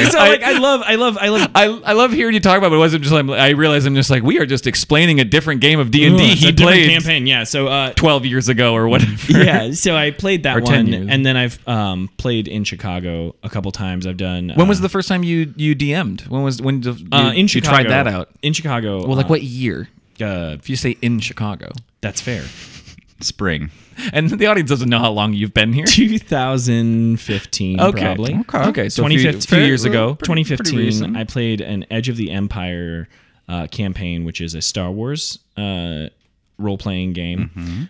S3: boy.
S1: So like, I love, I love, I love.
S2: I, I love hearing you talk about it. but It wasn't just like I realize I'm just like we are just explaining a different game of D and D
S1: It's a
S2: he
S1: different
S2: played
S1: campaign, yeah. So uh,
S2: 12 years ago or whatever.
S1: yeah, so I played that
S2: Or 10
S1: one,
S2: years.
S1: and then I've um, played in Chicago a couple times. I've done.
S2: <laughs> When was the first time you you DM'd? When was when you,
S1: uh, in
S2: you
S1: Chicago?
S2: tried that out?
S1: in Chicago.
S2: Well, like
S1: uh,
S2: what year?
S1: uh,
S2: If you say in Chicago,
S1: that's fair. <laughs>
S4: Spring.
S2: and the audience doesn't know how long you've been here.
S1: 2015,
S2: <laughs> Okay.
S1: probably.
S2: Okay, so a few,
S1: 2015,
S2: few years ago.
S1: 2015, I played an Edge of the Empire uh, campaign, which is a Star Wars uh, role playing game.
S2: Mm-hmm.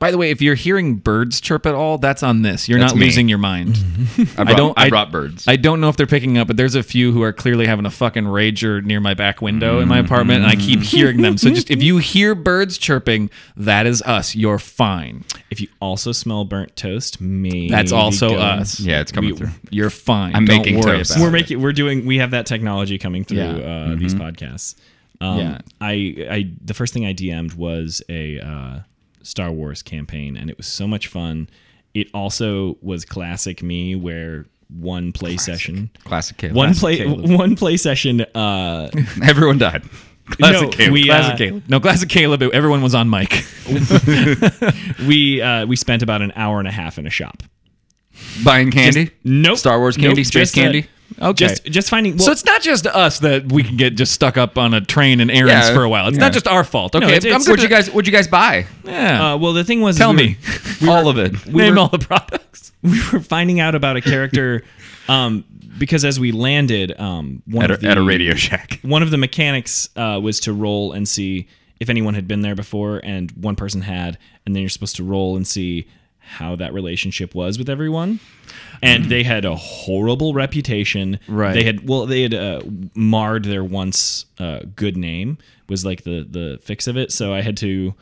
S2: By the way, if you're hearing birds chirp at all, that's on this. You're not
S4: me.
S2: losing your mind.
S3: <laughs> I, brought,
S2: don't-
S3: I,
S2: I-
S3: brought birds.
S2: I don't know if they're picking up, but there's a few who are clearly having a fucking rager near my back window in my
S3: Mm.
S2: apartment, and I keep hearing them. So just
S3: <laughs>
S2: if you hear birds chirping, that is us. You're fine.
S1: If you also smell burnt toast, maybe
S2: That's also
S1: go-
S2: us.
S3: yeah, it's coming
S2: We-
S3: through.
S2: You're fine.
S3: I'm
S2: Don't
S3: making
S2: worry
S3: toast.
S2: about
S1: We're
S2: it.
S1: making, we're doing, we have that technology coming through
S2: Yeah.
S1: uh, these podcasts. Um,
S2: Yeah.
S1: I, I, the first thing I DM'd was a uh, Star Wars campaign, and it was so much fun. It also was classic me, where one play session,
S3: Classic Caleb.
S1: one play, <laughs> one play session. Uh,
S3: <laughs> Everyone died.
S1: no, we, uh,
S2: Classic Caleb. No, classic Caleb. Everyone was on mic.
S1: we uh, we spent about an hour and a half in a shop.
S3: Buying candy?
S1: Nope.
S3: Star Wars
S1: Nope,
S3: candy? space
S1: just, uh,
S3: candy?
S2: Okay.
S1: Just just finding. Well,
S2: so it's not just us that we can get just stuck up on a train and errands
S3: Yeah.
S2: for a while. It's not just our fault. Okay.
S1: it's-
S2: I'm
S1: it's-
S2: good
S3: what'd you
S2: to-
S3: guys what'd you guys buy?
S2: Yeah.
S1: uh, well, the thing was, is
S2: Tell
S1: we were-
S2: me. <laughs>
S3: All of it.
S2: Name all the products.
S1: we were <laughs> finding out about a character um, because as we landed, um, one
S3: At
S1: of
S3: a,
S1: the,
S3: at a Radio Shack.
S1: one of the mechanics uh, was to roll and see if anyone had been there before, and one person had, and then you're supposed to roll and see how that relationship was with everyone. And they had a horrible reputation.
S2: Right.
S1: They had well, they had uh, marred their once uh, good name. Was like the the fix of it. So I had to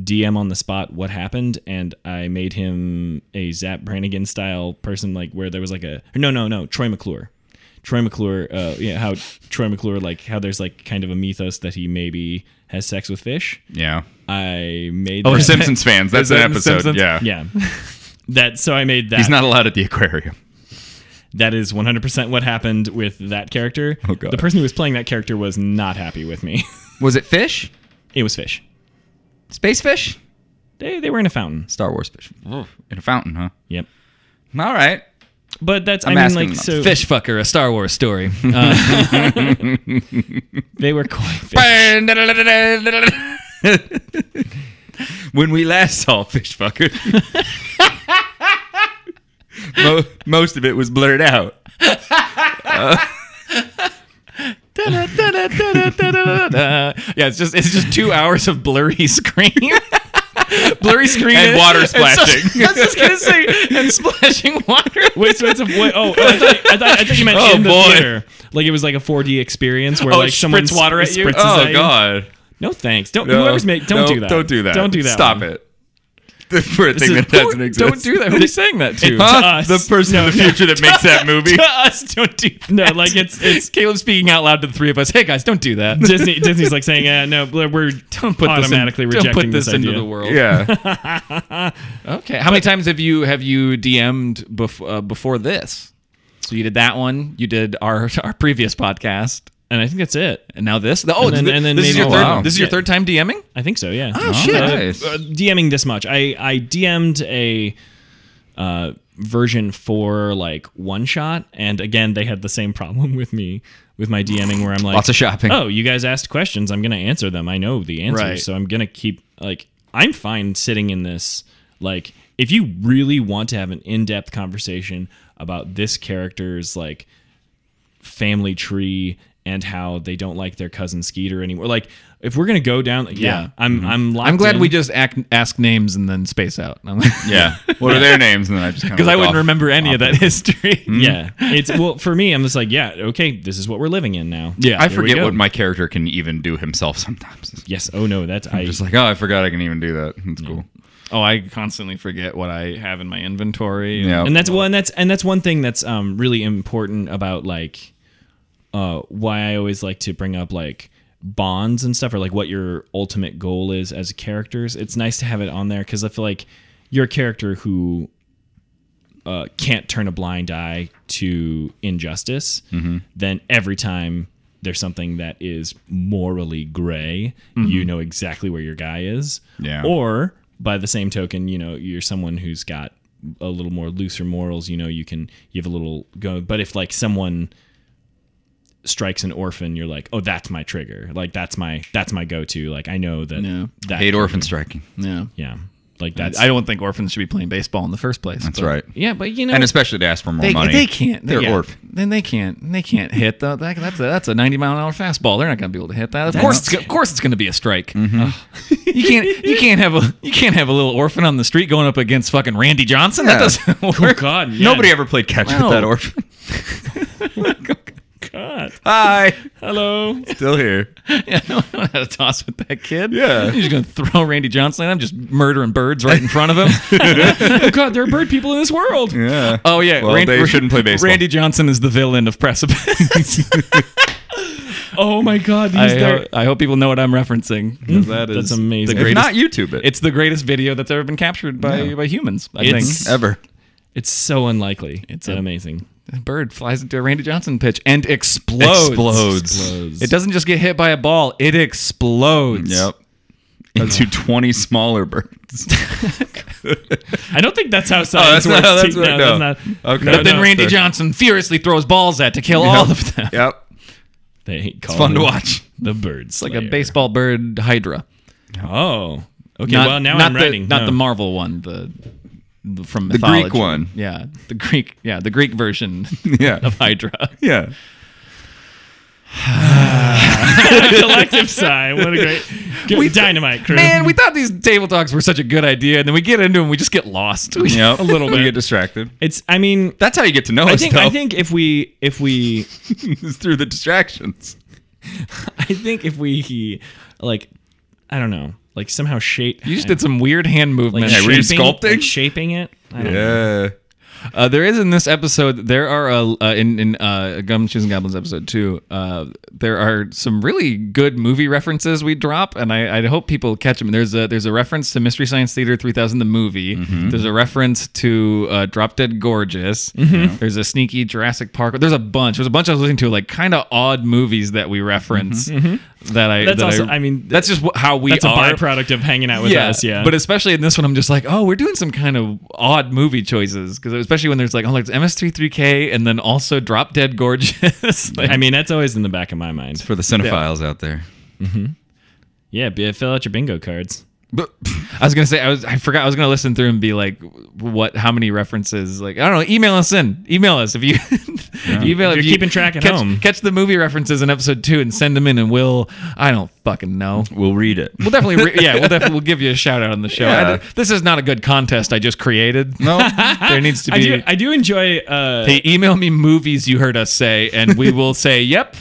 S1: DM on the spot what happened, and I made him a Zap Brannigan style person, like where there was like a no, no, no, Troy McClure. Troy McClure, uh, yeah, how Troy McClure, like how there's like kind of a mythos that he maybe has sex with fish.
S3: Yeah.
S1: I made
S2: Oh,
S3: For
S1: that,
S3: Simpsons fans, that's
S2: Is that
S3: an
S2: in The
S3: episode.
S2: Simpsons?
S3: Yeah.
S1: <laughs> yeah, that. So I made that.
S3: He's not allowed at the aquarium.
S1: that is 100% what happened with that character. Oh
S3: God.
S1: The person who was playing that character was not happy with me. <laughs>
S3: Was it fish?
S1: it was fish.
S3: Space fish?
S1: They they were in a fountain.
S3: Star Wars fish. In a fountain, huh?
S1: Yep.
S3: All right.
S1: But that's i
S3: I'm
S1: mean
S3: asking
S1: like
S3: them.
S1: so
S2: Fish fucker, a Star Wars story. Uh,
S1: they were <laughs> quite
S3: when we last saw fish <laughs> fucker, mo- most of it was blurred out.
S2: <laughs> yeah, it's just it's just two hours of blurry <laughs> screen, blurry screen,
S3: And water
S2: so- <laughs>
S3: splashing.
S2: I was just gonna say, and splashing water.
S1: Wait, so it's a wait, oh, I thought, I, thought, I thought you meant
S2: Oh,
S1: in the
S2: boy.
S1: theater. Like it was like a 4D experience where
S2: Oh,
S1: like
S2: it
S1: someone
S2: spritz water at you?
S1: spritzes
S2: Oh,
S1: at you.
S3: God.
S1: No thanks. Don't
S3: No,
S1: whoever's make don't
S3: no,
S1: do that.
S3: Don't do that.
S1: Don't do that.
S3: Stop
S1: <laughs> one.
S3: it. <laughs> For a
S1: is-
S3: thing that doesn't
S2: Who-
S3: exist.
S2: Don't do that. Who are you saying that to? Uh,
S3: Huh?
S1: To us.
S3: The person in the future that makes that
S1: <laughs>
S3: movie. <laughs>
S2: To us, don't do that.
S1: No, like it's it's
S2: Caleb speaking out loud to the three of us. Hey guys, don't do that.
S1: Disney Disney's like saying, uh, no, we're we're
S2: Don't put
S1: automatically
S2: this in,
S1: rejecting
S2: don't put this, into
S1: idea.
S2: the world.
S3: Yeah.
S2: Okay. How many times have you have you DM'd bef- uh, before this? So you did that one. You did our <laughs> our previous podcast,
S1: And I think that's it.
S2: and now this. Oh,
S1: And then- and then
S2: this is
S1: maybe-
S2: your
S1: Oh,
S2: third.
S3: wow.
S2: This is your third time DMing.
S1: I think so, yeah. Oh,
S3: shit. Nice.
S1: DMing this much. I I DM'd a uh, version four like one shot, and again they had the same <laughs> problem with me with my DMing where I'm like
S3: Lots of shopping.
S1: Oh, you guys asked questions. I'm gonna answer them. I know the answers,
S2: Right.
S1: so I'm gonna keep like I'm fine sitting in this. Like, if you really want to have an in-depth conversation about this character's like family tree and how they don't like their cousin Skeeter anymore, like if we're gonna go down, yeah,
S2: Yeah. Mm-hmm.
S1: I'm I'm locked
S2: I'm glad
S1: in.
S2: we just act, ask names and then space out. <laughs> Because
S3: Yeah. What are their names? And then I
S1: <laughs>
S3: just kind of
S2: I wouldn't remember any of that history.
S1: yeah it's well for me i'm just like yeah okay this is what we're living in now
S2: Yeah.
S3: I
S1: Here we
S3: forget
S1: go.
S3: what my character can even do himself sometimes. <laughs>
S1: yes oh no that's i
S3: I'm just like, oh, I forgot I can even do that. That's cool.
S2: oh, I constantly forget what I have in my inventory.
S3: Yeah.
S1: and that's well and that's and that's one thing that's um really important about like uh why i always like to bring up like bonds and stuff or like what your ultimate goal is as characters it's nice to have it on there because i feel like you're a character who uh, can't turn a blind eye to injustice then every time there's something that is morally gray you know exactly where your guy is
S3: Yeah.
S1: or by the same token you know you're someone who's got a little more looser morals you know you can you have a little go but if like someone strikes an orphan, you're like, oh, that's my trigger. Like that's my that's my go to. Like I know that
S2: Yeah.
S1: that
S3: Hate orphan striking.
S2: Yeah.
S1: Yeah, like that's
S2: I don't think orphans should be playing baseball in the first place.
S3: That's right.
S1: yeah, but you know,
S3: And especially to ask for more
S2: They,
S3: money.
S2: they can't.
S3: They're
S2: yeah.
S3: orphan.
S2: Then they can't. They can't hit though. That, that's a that's a ninety mile an hour fastball. They're not going to be able to hit that. Of course, it's, go- Mm-hmm. of course, it's going to be a strike. Ugh. you can't. You can't have a. You can't have a little orphan on the street going up against fucking Randy Johnson.
S3: Yeah.
S2: That doesn't
S1: oh
S2: work.
S1: God, yeah,
S3: Nobody ever played catch
S2: No.
S3: with that orphan. <laughs>
S1: God,
S3: Hi.
S1: hello.
S3: Still here.
S2: <laughs> Yeah, no one knows how to toss with that kid.
S3: Yeah.
S2: You're just going to throw Randy Johnson. at him, just murdering birds right in front of <laughs> him.
S1: oh God, there are bird people in this world.
S3: Yeah.
S2: oh yeah.
S3: Well, they shouldn't play baseball.
S2: Randy Johnson is the villain of Precipice. <laughs>
S1: Oh my God, these
S2: I,
S1: there.
S2: ho- I hope people know what I'm referencing. 'cause that
S1: <laughs>
S2: is
S1: That's amazing.
S2: The
S1: If
S3: If
S2: greatest,
S3: not YouTube it.
S2: it's the greatest video that's ever been captured by, by humans. I
S1: It's-
S3: ever.
S1: It's so unlikely. It's
S2: It's a-
S1: amazing.
S2: think a bird flies into a Randy Johnson pitch and explodes.
S1: Blows.
S2: It doesn't just get hit by a ball; it explodes.
S1: Mm,
S3: Yep. <laughs> Into 20 smaller birds.
S1: I don't think that's how science
S3: that's
S1: works.
S3: not- that's
S1: T-
S3: what-
S1: no,
S3: no.
S1: that's not.
S3: Okay.
S1: No,
S2: But then
S1: no.
S2: Randy
S3: Sorry.
S2: Johnson furiously throws balls at to kill all of
S1: <laughs>
S2: them.
S3: Yep. Oh.
S1: They hate
S3: It's fun to watch.
S1: The birds,
S2: Like a baseball bird hydra.
S1: Oh, okay.
S2: Not-
S1: well, now
S2: not
S1: I'm
S2: the,
S1: writing.
S2: Not
S1: No. <laughs>
S2: the Marvel one. The, the from
S3: The Greek
S2: mythology.
S3: one.
S2: Yeah, the Greek. Yeah, the Greek version
S3: <laughs>
S2: <laughs>
S3: Yeah.
S2: of
S1: <laughs>
S2: Hydra.
S3: Yeah.
S1: collective sigh. What a great good <laughs> dynamite crew.
S2: Man, we thought these table talks were such a good idea, and then we get into them, we just get lost. We-
S3: Yep.
S1: A little
S3: You
S1: bit.
S3: get distracted.
S1: it's. I mean,
S3: That's how you get to know
S1: I
S3: us,
S1: think.
S3: though.
S1: I
S3: <laughs>
S1: think if we, if we, <laughs>
S3: it's through the distractions.
S1: I think if we, like, I don't know, like somehow shape.
S2: <laughs> You just did some weird hand
S1: like
S2: movements.
S3: Yeah, were you
S1: shaping-
S3: sculpting?
S1: like shaping it. I don't know.
S3: Yeah.
S2: Uh, there is in this episode. There are uh, uh, in in uh, Gumshoes and Goblins episode two. Uh, there are some really good movie references we drop, and I, I hope people catch them. There's a there's a reference to Mystery Science Theater 3000 the movie.
S1: Mm-hmm.
S2: There's a reference to uh, Drop Dead Gorgeous.
S1: Mm-hmm.
S2: There's a sneaky Jurassic Park. There's a bunch. There's a bunch I was listening to like kind of odd movies that we reference. That I
S1: Mm-hmm. That's
S2: that
S1: also- I mean,
S2: that's just wh- how we
S1: That's a
S2: are.
S1: byproduct of hanging out with us. Yeah,
S2: But especially in this one, I'm just like, oh, we're doing some kind of odd movie choices because especially when there's like, oh, like MS33K and then also Drop Dead Gorgeous. <laughs> like,
S1: I mean, that's always in the back of my mind.
S3: For the cinephiles out there.
S1: Yeah, be- fill out your bingo cards.
S2: I was gonna say I was I forgot I was gonna listen through and be like, what? How many references? Like I don't know. Email us in. Email us if you <laughs> email
S1: If you're
S2: if you
S1: keeping track at
S2: catch,
S1: home.
S2: Catch the movie references in episode two and send them in, and we'll I don't fucking know.
S3: We'll read it.
S2: We'll definitely, re- yeah, we'll definitely, we'll give you a shout out on the show.
S3: Yeah.
S2: I- this is not a good contest I just created.
S3: No.
S1: <laughs>
S2: There needs to be.
S1: I do. I do enjoy. Uh,
S2: Hey, email me movies you heard us say, and we
S3: <laughs>
S2: will say, "Yep."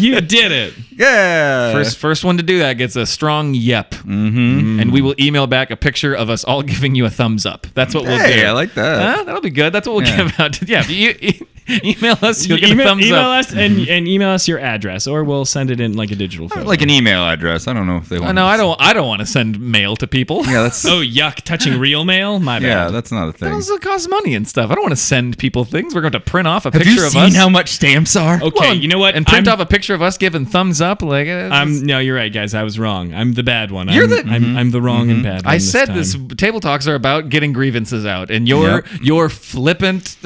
S1: you did it.
S3: yeah.
S2: First, first one to do that gets a strong "Yep," mm-hmm. and we will email back a picture of us all <laughs> giving you a thumbs up. That's what we'll do.
S3: hey, I like that.
S2: Huh? that'll be good. That's what we'll
S3: Yeah.
S2: give out. To, yeah, you, e- email us. You'll get a
S1: Email,
S2: thumbs
S1: email
S2: up.
S1: us and, and email us your address, or we'll send it in like a digital. Photo.
S3: Like an email address. I don't know if they want.
S2: Oh, no,
S3: to-
S2: I don't. I don't want to send mail to people. <laughs>
S3: Yeah, that's.
S1: oh yuck, touching real mail. My bad.
S3: yeah, that's not a
S2: It
S3: thing.
S2: also costs money and stuff. I don't want to send people things. We're going to print off a
S3: Have
S2: picture
S3: you
S2: of
S3: seen
S2: us.
S3: how much stamps are?
S1: Okay,
S2: Well,
S1: you know what?
S2: And print
S1: I'm-
S2: off a picture of us giving thumbs up. Like eh, it's
S1: I'm no, you're right, guys. I was wrong. I'm the bad one.
S2: You're
S1: I'm,
S2: the-
S1: I'm, I'm the wrong and bad. One
S2: I said
S1: time.
S2: this table talks are about getting grievances out, and your
S3: Yep.
S2: your
S3: <laughs>
S2: flippant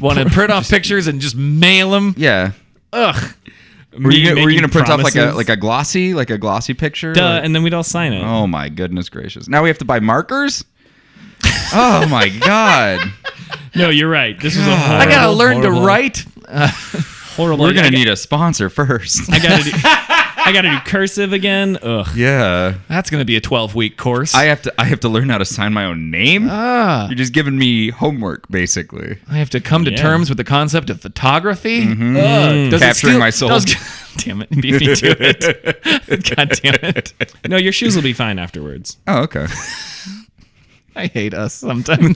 S2: want to print off pictures and just mail them.
S3: Yeah.
S2: Ugh.
S3: Were you, gonna- were you
S1: making
S3: gonna print off like
S1: promises.
S3: a like a glossy like a glossy picture?
S1: Duh,
S3: Like-
S1: and then we'd all sign it.
S3: oh my goodness gracious! Now we have to buy markers. oh my god!
S2: <laughs>
S1: No, you're right. This was a horrible,
S2: I gotta learn
S1: horrible,
S2: to write.
S1: Horrible.
S3: We're
S1: I
S3: gonna
S1: got-
S3: need a sponsor first.
S1: I gotta do. I gotta do cursive again. Ugh.
S3: yeah,
S2: That's gonna be a twelve week course.
S3: I have to. I have to learn how to sign my own name.
S2: ah,
S3: You're just giving me homework, basically.
S2: I have to come to
S1: Yeah.
S2: terms with the concept of photography. Ugh. Does it
S3: Mm-hmm. Capturing
S2: steal-
S3: my soul.
S2: does- <laughs> damn it! Beat me to
S1: <laughs>
S2: it. God damn it!
S1: No, your shoes will be fine afterwards.
S2: <laughs>
S3: Oh, okay. <laughs>
S2: I hate us sometimes.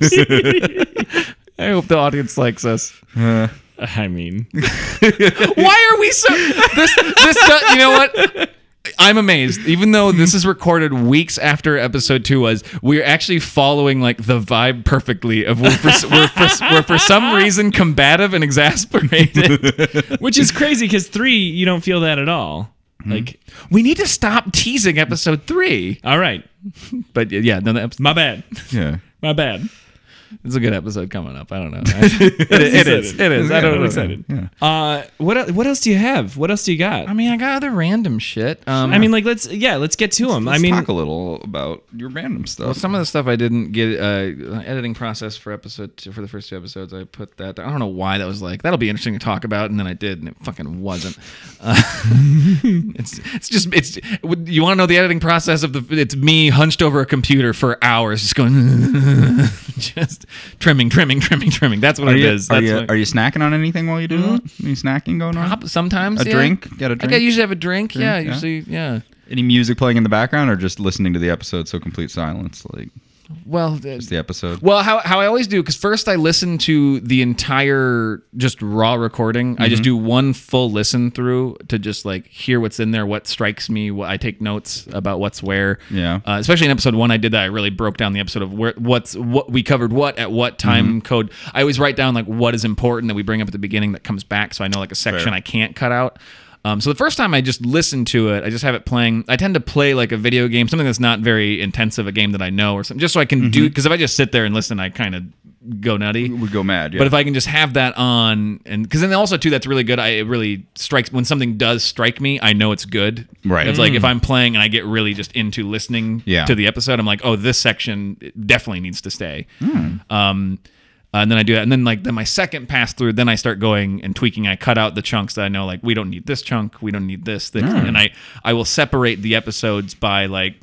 S2: I hope the audience likes us.
S1: I mean,
S2: Why are we so <laughs> this this do- you know what? I'm amazed. Even though this is recorded weeks after episode two was, we're actually following like the vibe perfectly. Of we're for, we're for, we're for some reason combative and <laughs> exasperated.
S1: which is crazy because three, you don't feel that at all. Like,
S2: We need to stop teasing episode three.
S1: all right,
S2: But yeah, no, that,
S1: my bad,
S3: Yeah.
S1: my bad.
S2: it's a good episode coming up. I don't know. <laughs> it is. It is. I don't know.
S1: excited. Uh, what el- what else do you have? What else do you got?
S2: I mean, I got other random shit. Um,
S1: I mean, like let's yeah, let's get to them. I
S3: Let's
S1: mean,
S3: talk a little about your random
S2: Well,
S3: stuff.
S2: some of the stuff I didn't get uh, editing process for episode two, for the first two episodes. I put that. Down. I don't know why that was like that'll be interesting to talk about, and then I did, and it fucking wasn't. <laughs> Uh, it's it's just it's would- you want to know the editing process of the it's me hunched over a computer for hours, just going <laughs> just trimming, trimming, trimming, trimming. That's what it
S3: are, you,
S2: is.
S3: are,
S2: That's
S3: you,
S2: what- Mm-hmm.
S3: are you snacking on anything while you do that? Any snacking going on?
S2: Prob- sometimes
S3: A
S2: yeah.
S3: drink? Got a
S2: I
S3: drink?
S2: usually have a drink. yeah,
S3: yeah.
S2: usually yeah.
S3: Any music playing in the background, or just listening to the episode? So complete silence, like
S2: Well,
S3: it's the episode.
S2: Well, how, how I always do, because first I listen to the entire just raw recording. I just do one full listen through to just like hear what's in there, what strikes me, what I take notes about what's where.
S3: Yeah.
S2: Uh, especially in episode one, I did that. I really broke down the episode of where what's what we covered what at what time code. I always write down like what is important that we bring up at the beginning that comes back, so I know like a section I can't cut out. Um, so the first time I just listen to it, I just have it playing. I tend to play like a video game, something that's not very intensive, a game that I know or something, just so I can do. Because if I just sit there and listen, I kind of go nutty.
S3: would go mad. Yeah.
S2: But if I can just have that on, and because then also too, that's really good. I it really strikes when something does strike me. I know it's good.
S3: Right.
S2: It's like if I'm playing and I get really just into listening
S3: Yeah.
S2: to the episode, I'm like, oh, this section definitely needs to stay.
S3: Hmm.
S2: Um, and then I do that, and then like then my second pass through, then I start going and tweaking. I cut out the chunks that I know like we don't need this chunk, we don't need this, this,
S3: Hmm.
S2: and I I will separate the episodes by like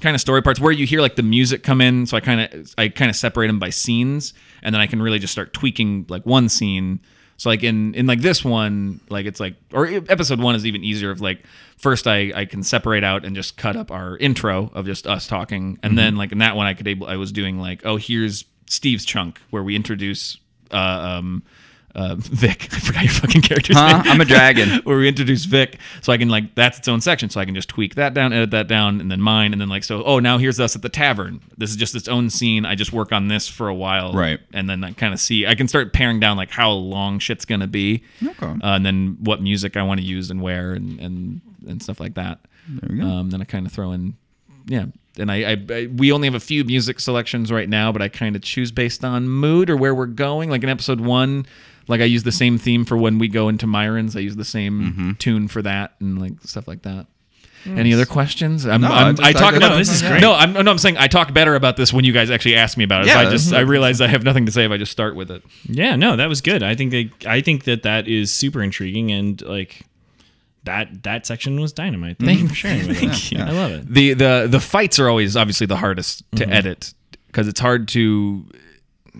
S2: kind of story parts where you hear like the music come in so i kind of i kind of separate them by scenes and then i can really just start tweaking like one scene so like in in like this one like it's like or e, episode one is even easier of like first i i can separate out and just cut up our intro of just us talking
S3: Mm-hmm.
S2: and then like in that one i could able i was doing like oh here's steve's chunk where we introduce uh um uh, <laughs> Vic, I forgot your fucking character's name
S3: Huh?
S2: <laughs>
S3: I'm a dragon.
S2: where we introduce Vic. So I can like that's its own section. So I can just tweak that down, edit that down, and then mine, and then like so. Oh, now here's us at the tavern. This is just its own scene. I just work on this for a while,
S3: Right.
S2: And then I kind of see I can start paring down like how long shit's gonna be,
S3: Okay.
S2: uh, and then what music I want to use and where and and and stuff like that. There
S3: we go.
S2: Um, then I kind of throw in, yeah. And I, I, I, we only have a few music selections right now, but I kind of choose based on mood or where we're going. Like in episode one, like I use the same theme for when we go into Myron's. I use the same
S3: Mm-hmm.
S2: tune for that and like stuff like that. Any other questions? I'm,
S3: No,
S2: I'm,
S3: I
S2: I,
S3: just- I
S2: talk
S3: think
S2: about
S1: No, this is great.
S2: No, I'm, no, I'm saying I talk better about this when you guys actually ask me about it. If
S3: Yeah,
S2: I just
S3: that's-
S2: I
S1: Mm-hmm.
S2: realize I have nothing to say if I just start with it.
S1: yeah, no, that was good. I think they, I think that that is super intriguing and like that that section was dynamite. Thank you for sharing. with us. I love it.
S2: the the the fights are always obviously the hardest
S1: Mm-hmm.
S2: to edit because it's hard to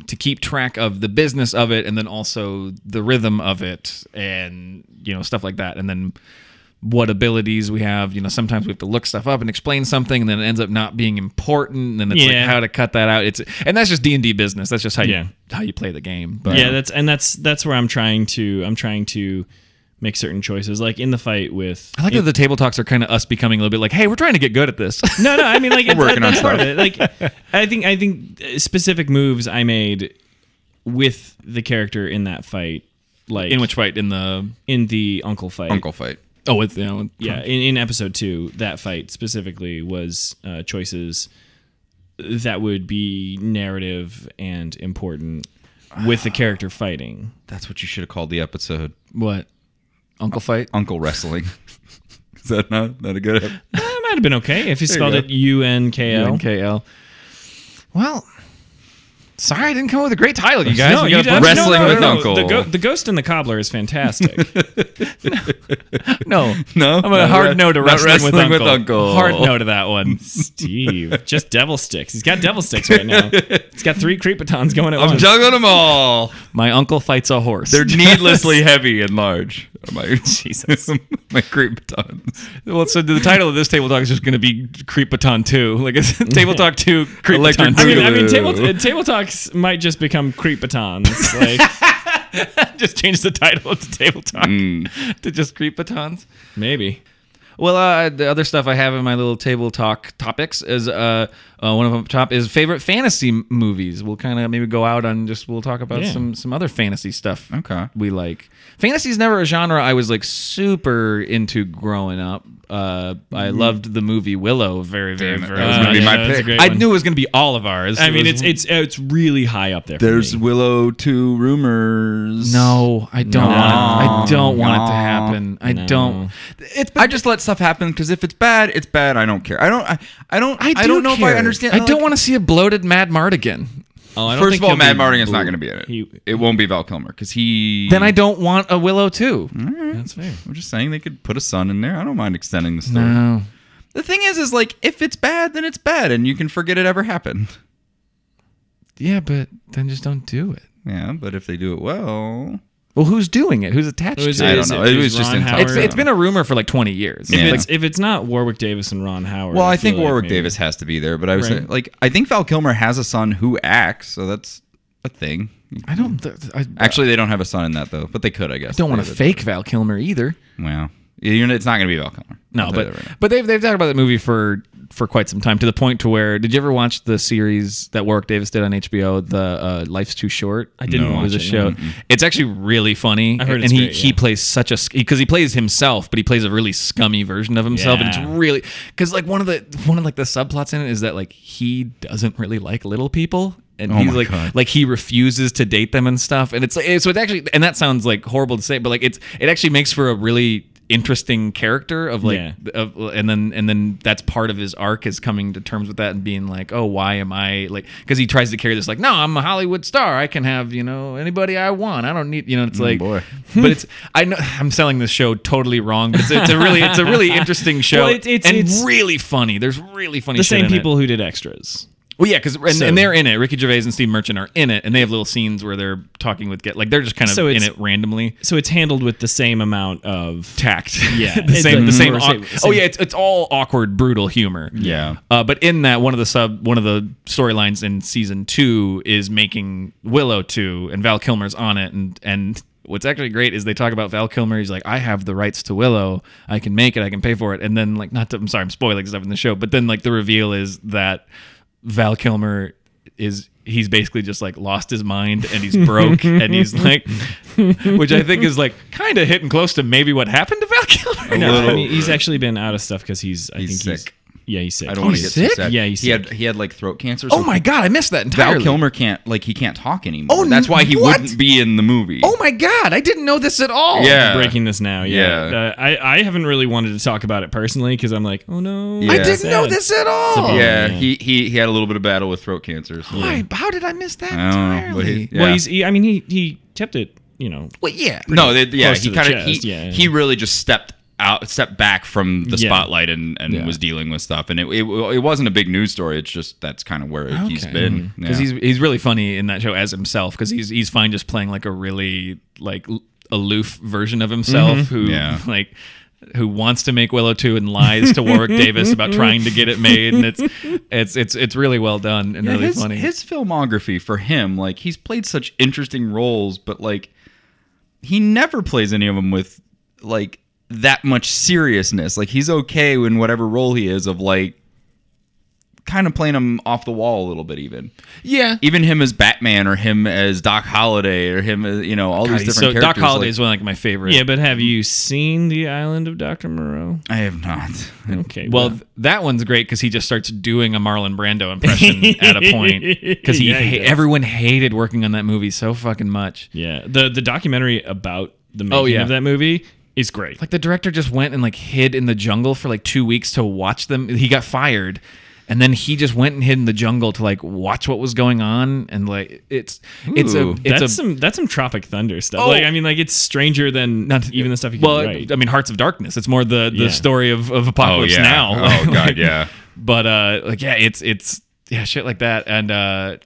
S2: to keep track of the business of it and then also the rhythm of it and you know stuff like that and then what abilities we have you know sometimes we have to look stuff up and explain something and then it ends up not being important and then it's
S1: Yeah.
S2: like how to cut that out it's and that's just d&d business that's just how
S1: Yeah.
S2: you how you play the game but
S1: yeah that's and that's that's where i'm trying to i'm trying to make certain choices like in the fight with
S2: i like that the table talks are kind of us becoming a little bit like hey we're trying to get good at <laughs> this
S1: no no i mean like it's,
S3: working on
S1: that's part of it like i think i think uh, specific moves i made with the character in that fight like
S2: in which fight in the
S1: in the uncle fight
S3: Uncle fight.
S2: oh it's you know
S1: yeah in, in episode two that fight specifically was uh, choices that would be narrative and important with the character fighting
S3: That's what you should have called the episode.
S2: what uncle fight
S3: Uncle wrestling. <laughs> Is that not, not a good?
S1: that
S3: ep-
S1: Uh, might have been okay if you spelled
S3: go.
S1: it u-n-k-l
S2: UNKL. Well, sorry I didn't come up with a great title, you guys. We
S1: you
S2: gotta
S1: don't-
S2: put-
S3: Wrestling with Uncle.
S1: The, go- the Ghost and the Cobbler is fantastic.
S2: no,
S3: No,
S2: I'm a
S3: Not
S2: hard
S3: re-
S2: no to
S3: not
S2: wrestling, with,
S3: wrestling
S2: uncle.
S3: with Uncle.
S2: Hard no to that
S1: <laughs>
S2: one.
S1: Steve, just devil sticks. He's got devil sticks right
S2: <laughs>
S1: now. He's got three creepitons going at
S3: I'm
S1: once.
S3: juggling them all.
S2: My uncle fights a horse.
S3: <laughs> They're needlessly heavy and large. Are Oh My <laughs>
S2: Jesus.
S3: my creepitons.
S2: <laughs> well, so the title of this table talk is just going to be Creepaton Two, like <laughs> it's table talk two, Creepaton
S3: Electric
S1: I
S2: Two.
S1: mean, I mean
S3: Boogaloo.
S2: <laughs>
S1: table, uh, table talks might just become creepitons. Like, Mm.
S2: just change the title to table talk to just creep batons.
S1: Maybe.
S2: Well, uh, the other stuff I have in my little table talk topics is uh, uh, one of them top is favorite fantasy m- movies. We'll kind of maybe go out on just we'll talk about
S1: Yeah.
S2: some some other fantasy stuff.
S3: Okay.
S2: we like fantasy's never a genre I was like super into growing up. Uh, I loved the movie Willow very very
S3: Mm-hmm. Damn it,
S2: very
S3: that was
S2: much.
S3: gonna be my
S1: that's a
S3: pick.
S1: great
S2: I
S1: one.
S2: knew it was gonna be all of ours.
S1: I
S2: It
S1: mean,
S2: was-
S1: it's it's uh, it's really high up there. for
S3: There's
S1: me.
S3: Willow 2 rumors.
S2: no, I don't. want it. I don't want it to
S3: No.
S2: happen. I don't. It's
S3: I just let stuff happen because if it's bad, it's bad. I don't care. I don't. I, I don't. I,
S2: do
S3: don't know if
S2: care.
S3: I understand.
S2: I don't want to see a bloated Mad Mart again.
S1: Oh, I don't
S3: First
S1: think
S3: of all,
S1: he'll
S3: Matt
S1: be-
S3: Mardigan's not going to be in it.
S1: He-
S3: it won't be Val Kilmer because he.
S2: Then I don't want a Willow too.
S1: That's fair.
S3: I'm just saying they could put a son in there. I don't mind extending the story.
S2: No.
S3: The thing is, is like if it's bad, then it's bad, and you can forget it ever happened. <laughs>
S2: Yeah, but then just don't do it.
S3: Yeah, but if they do it well,
S2: Well, who's doing it? Who's attached
S1: Who is
S2: to
S3: I
S2: it?
S3: don't
S1: Is
S3: know.
S1: Is
S3: It was just
S1: Ron
S3: in-
S1: Howard?
S2: It's, it's been a rumor for like 20 years.
S1: If
S3: Yeah.
S1: it's if it's not Warwick Davis and Ron Howard.
S3: well, I
S1: feel
S3: think
S1: like
S3: Warwick
S1: maybe-
S3: Davis has to be there, but I was
S1: Right.
S3: saying, like, I think Val Kilmer has a son who acts, so that's a thing.
S2: I don't th- I,
S3: Actually, they don't have a son in that though, but they could, I guess.
S2: I don't want
S3: They
S2: to
S3: would.
S2: fake Val Kilmer either.
S3: Well, you know, it's not going to be Val Kilmer.
S2: No,
S3: I'll tell you
S2: but
S3: that right now.
S2: but they've they've talked about that movie for for quite some time to the point to where did you ever watch the series that Warwick Davis did on HBO, the uh, Life's Too Short? I
S1: didn't
S2: It was a
S1: watch it,
S2: show. It's actually really funny.
S1: heard
S2: and
S1: it's
S2: he
S1: great,
S2: he
S1: yeah.
S2: plays such a because he plays himself, but he plays a really scummy version of himself, and
S1: Yeah.
S2: it's really because like one of the one of like the subplots in it is that like he doesn't really like little people. And he's
S3: my
S2: like,
S3: God.
S2: like he refuses to date them and stuff and it's like so it actually and that sounds like horrible to say but like it's it actually makes for a really interesting character of like
S1: Yeah.
S2: of, and then and then that's part of his arc is coming to terms with that and being like oh why am i like because he tries to carry this like no i'm a hollywood star i can have you know anybody i want i don't need you know
S1: Mm,
S2: it's like
S3: boy.
S2: <laughs> but it's i know i'm selling this show totally wrong but it's, it's a really it's a really interesting
S1: <laughs>
S2: show
S1: Well, it's- it's-
S2: and
S1: it's-
S2: really funny there's really funny
S1: The
S2: shit
S1: same
S2: in it.
S1: people who did extras.
S2: Well, yeah, because and,
S1: So-
S2: and they're in it. Ricky Gervais and Steve Merchant are in it, and they have little scenes where they're talking with get like they're just kind of
S1: So
S2: in
S1: it's-
S2: it randomly.
S1: So it's handled with the same amount of.
S2: Tact.
S1: Yeah.
S2: <laughs> the same. The
S1: It's
S2: same,
S1: like-
S2: awk- Oh yeah, it's, it's all awkward, brutal humor.
S3: Yeah.
S2: Uh, but in that one of the sub one of the storylines in season two is making Willow two, and Val Kilmer's on it, and and. What's actually great is they talk about Val Kilmer. He's like, I have the rights to Willow. I can make it. I can pay for it. And then, like, not to, I'm sorry, I'm spoiling stuff in the show, but then, like, the reveal is that Val Kilmer is he's basically just like lost his mind and he's broke and he's like which I think is like kind of hitting close to maybe what happened to Val
S3: <laughs>
S2: Kilmer.
S1: No, I
S3: little-
S1: mean, he's actually been out of stuff because he's. I
S3: He's
S1: think
S3: sick.
S1: he's. Yeah, he's sick.
S3: I don't want to get
S2: sick?
S3: too sad.
S1: Yeah, he's
S3: he had
S1: sick.
S3: he had like throat cancer.
S2: Oh
S3: so
S2: my god, I missed that
S3: Val
S2: entirely.
S3: Kilmer can't like he can't talk anymore.
S2: Oh,
S3: that's why he
S2: what?
S3: wouldn't be in the movie.
S2: Oh my god, I didn't know this at all.
S3: Yeah.
S1: Oh, breaking this now. Yeah,
S3: Yeah.
S1: Uh, I I haven't really wanted to talk about it personally because I'm like, oh no,
S3: Yeah.
S2: I didn't
S1: Sad.
S2: know this at all.
S3: Oh, Yeah,
S1: Yeah.
S3: He, he he had a little bit of battle with throat cancer. So.
S2: Why? How did I miss that
S3: I don't know, but he-
S2: entirely?
S3: yeah.
S1: Well, he's. He, I mean, he he kept it. You know,
S2: Well, yeah.
S3: No, they, yeah,
S1: close to
S3: he
S1: the
S3: kind of he,
S1: chest, yeah.
S3: he really just stepped out, stepped back from the
S1: Yeah.
S3: spotlight and, and was dealing with stuff. And it, it it wasn't a big news story. It's just that's kind of where he's
S2: Okay.
S3: been.
S1: Mm-hmm.
S3: Yeah.
S2: because he's he's really funny in that show as himself because he's he's fine just playing like a really like l- aloof version of himself who
S3: Mm-hmm. Yeah.
S2: like who wants to make Willow two and lies to
S3: <laughs>
S2: Warwick Davis about trying to get it made and it's it's it's it's really well done and
S3: Yeah,
S2: really
S3: his,
S2: funny.
S3: his filmography for him, like he's played such interesting roles, but like he never plays any of them with like that much seriousness. Like he's okay in whatever role he is of like kind of playing him off the wall a little bit even.
S2: yeah,
S3: Even him as Batman or him as Doc Holliday or him as, you know, all
S2: God,
S3: these
S2: he's
S3: different
S2: so
S3: characters.
S2: Doc Holliday
S3: like-
S2: is one of like my favorite.
S1: yeah. But have you seen the Island of Doctor Moreau?
S3: I have not.
S1: Okay.
S2: Well, th- that one's great because he just starts doing a Marlon Brando impression at a point
S1: <laughs>
S2: because he,
S1: Yeah, he
S2: ha-
S1: does.
S2: everyone hated working on that movie so fucking much.
S1: yeah. The the documentary about the making
S2: Oh, yeah.
S1: of that movie is great.
S2: Like the director just went and like hid in the jungle for like two weeks to watch them. He got fired, and then he just went and hid in the jungle to like watch what was going on. And like it's it's a
S3: Ooh,
S2: it's
S1: that's
S2: a
S1: some that's some Tropic Thunder stuff.
S2: Oh.
S1: like I mean, like it's stranger than
S2: not
S1: even the stuff you
S2: well,
S1: can write.
S2: I mean, Hearts of Darkness. It's more the the
S1: Yeah.
S2: story of, of apocalypse now. <laughs>
S3: Oh god,
S2: Like,
S3: yeah.
S2: but uh like yeah it's it's yeah shit like that and uh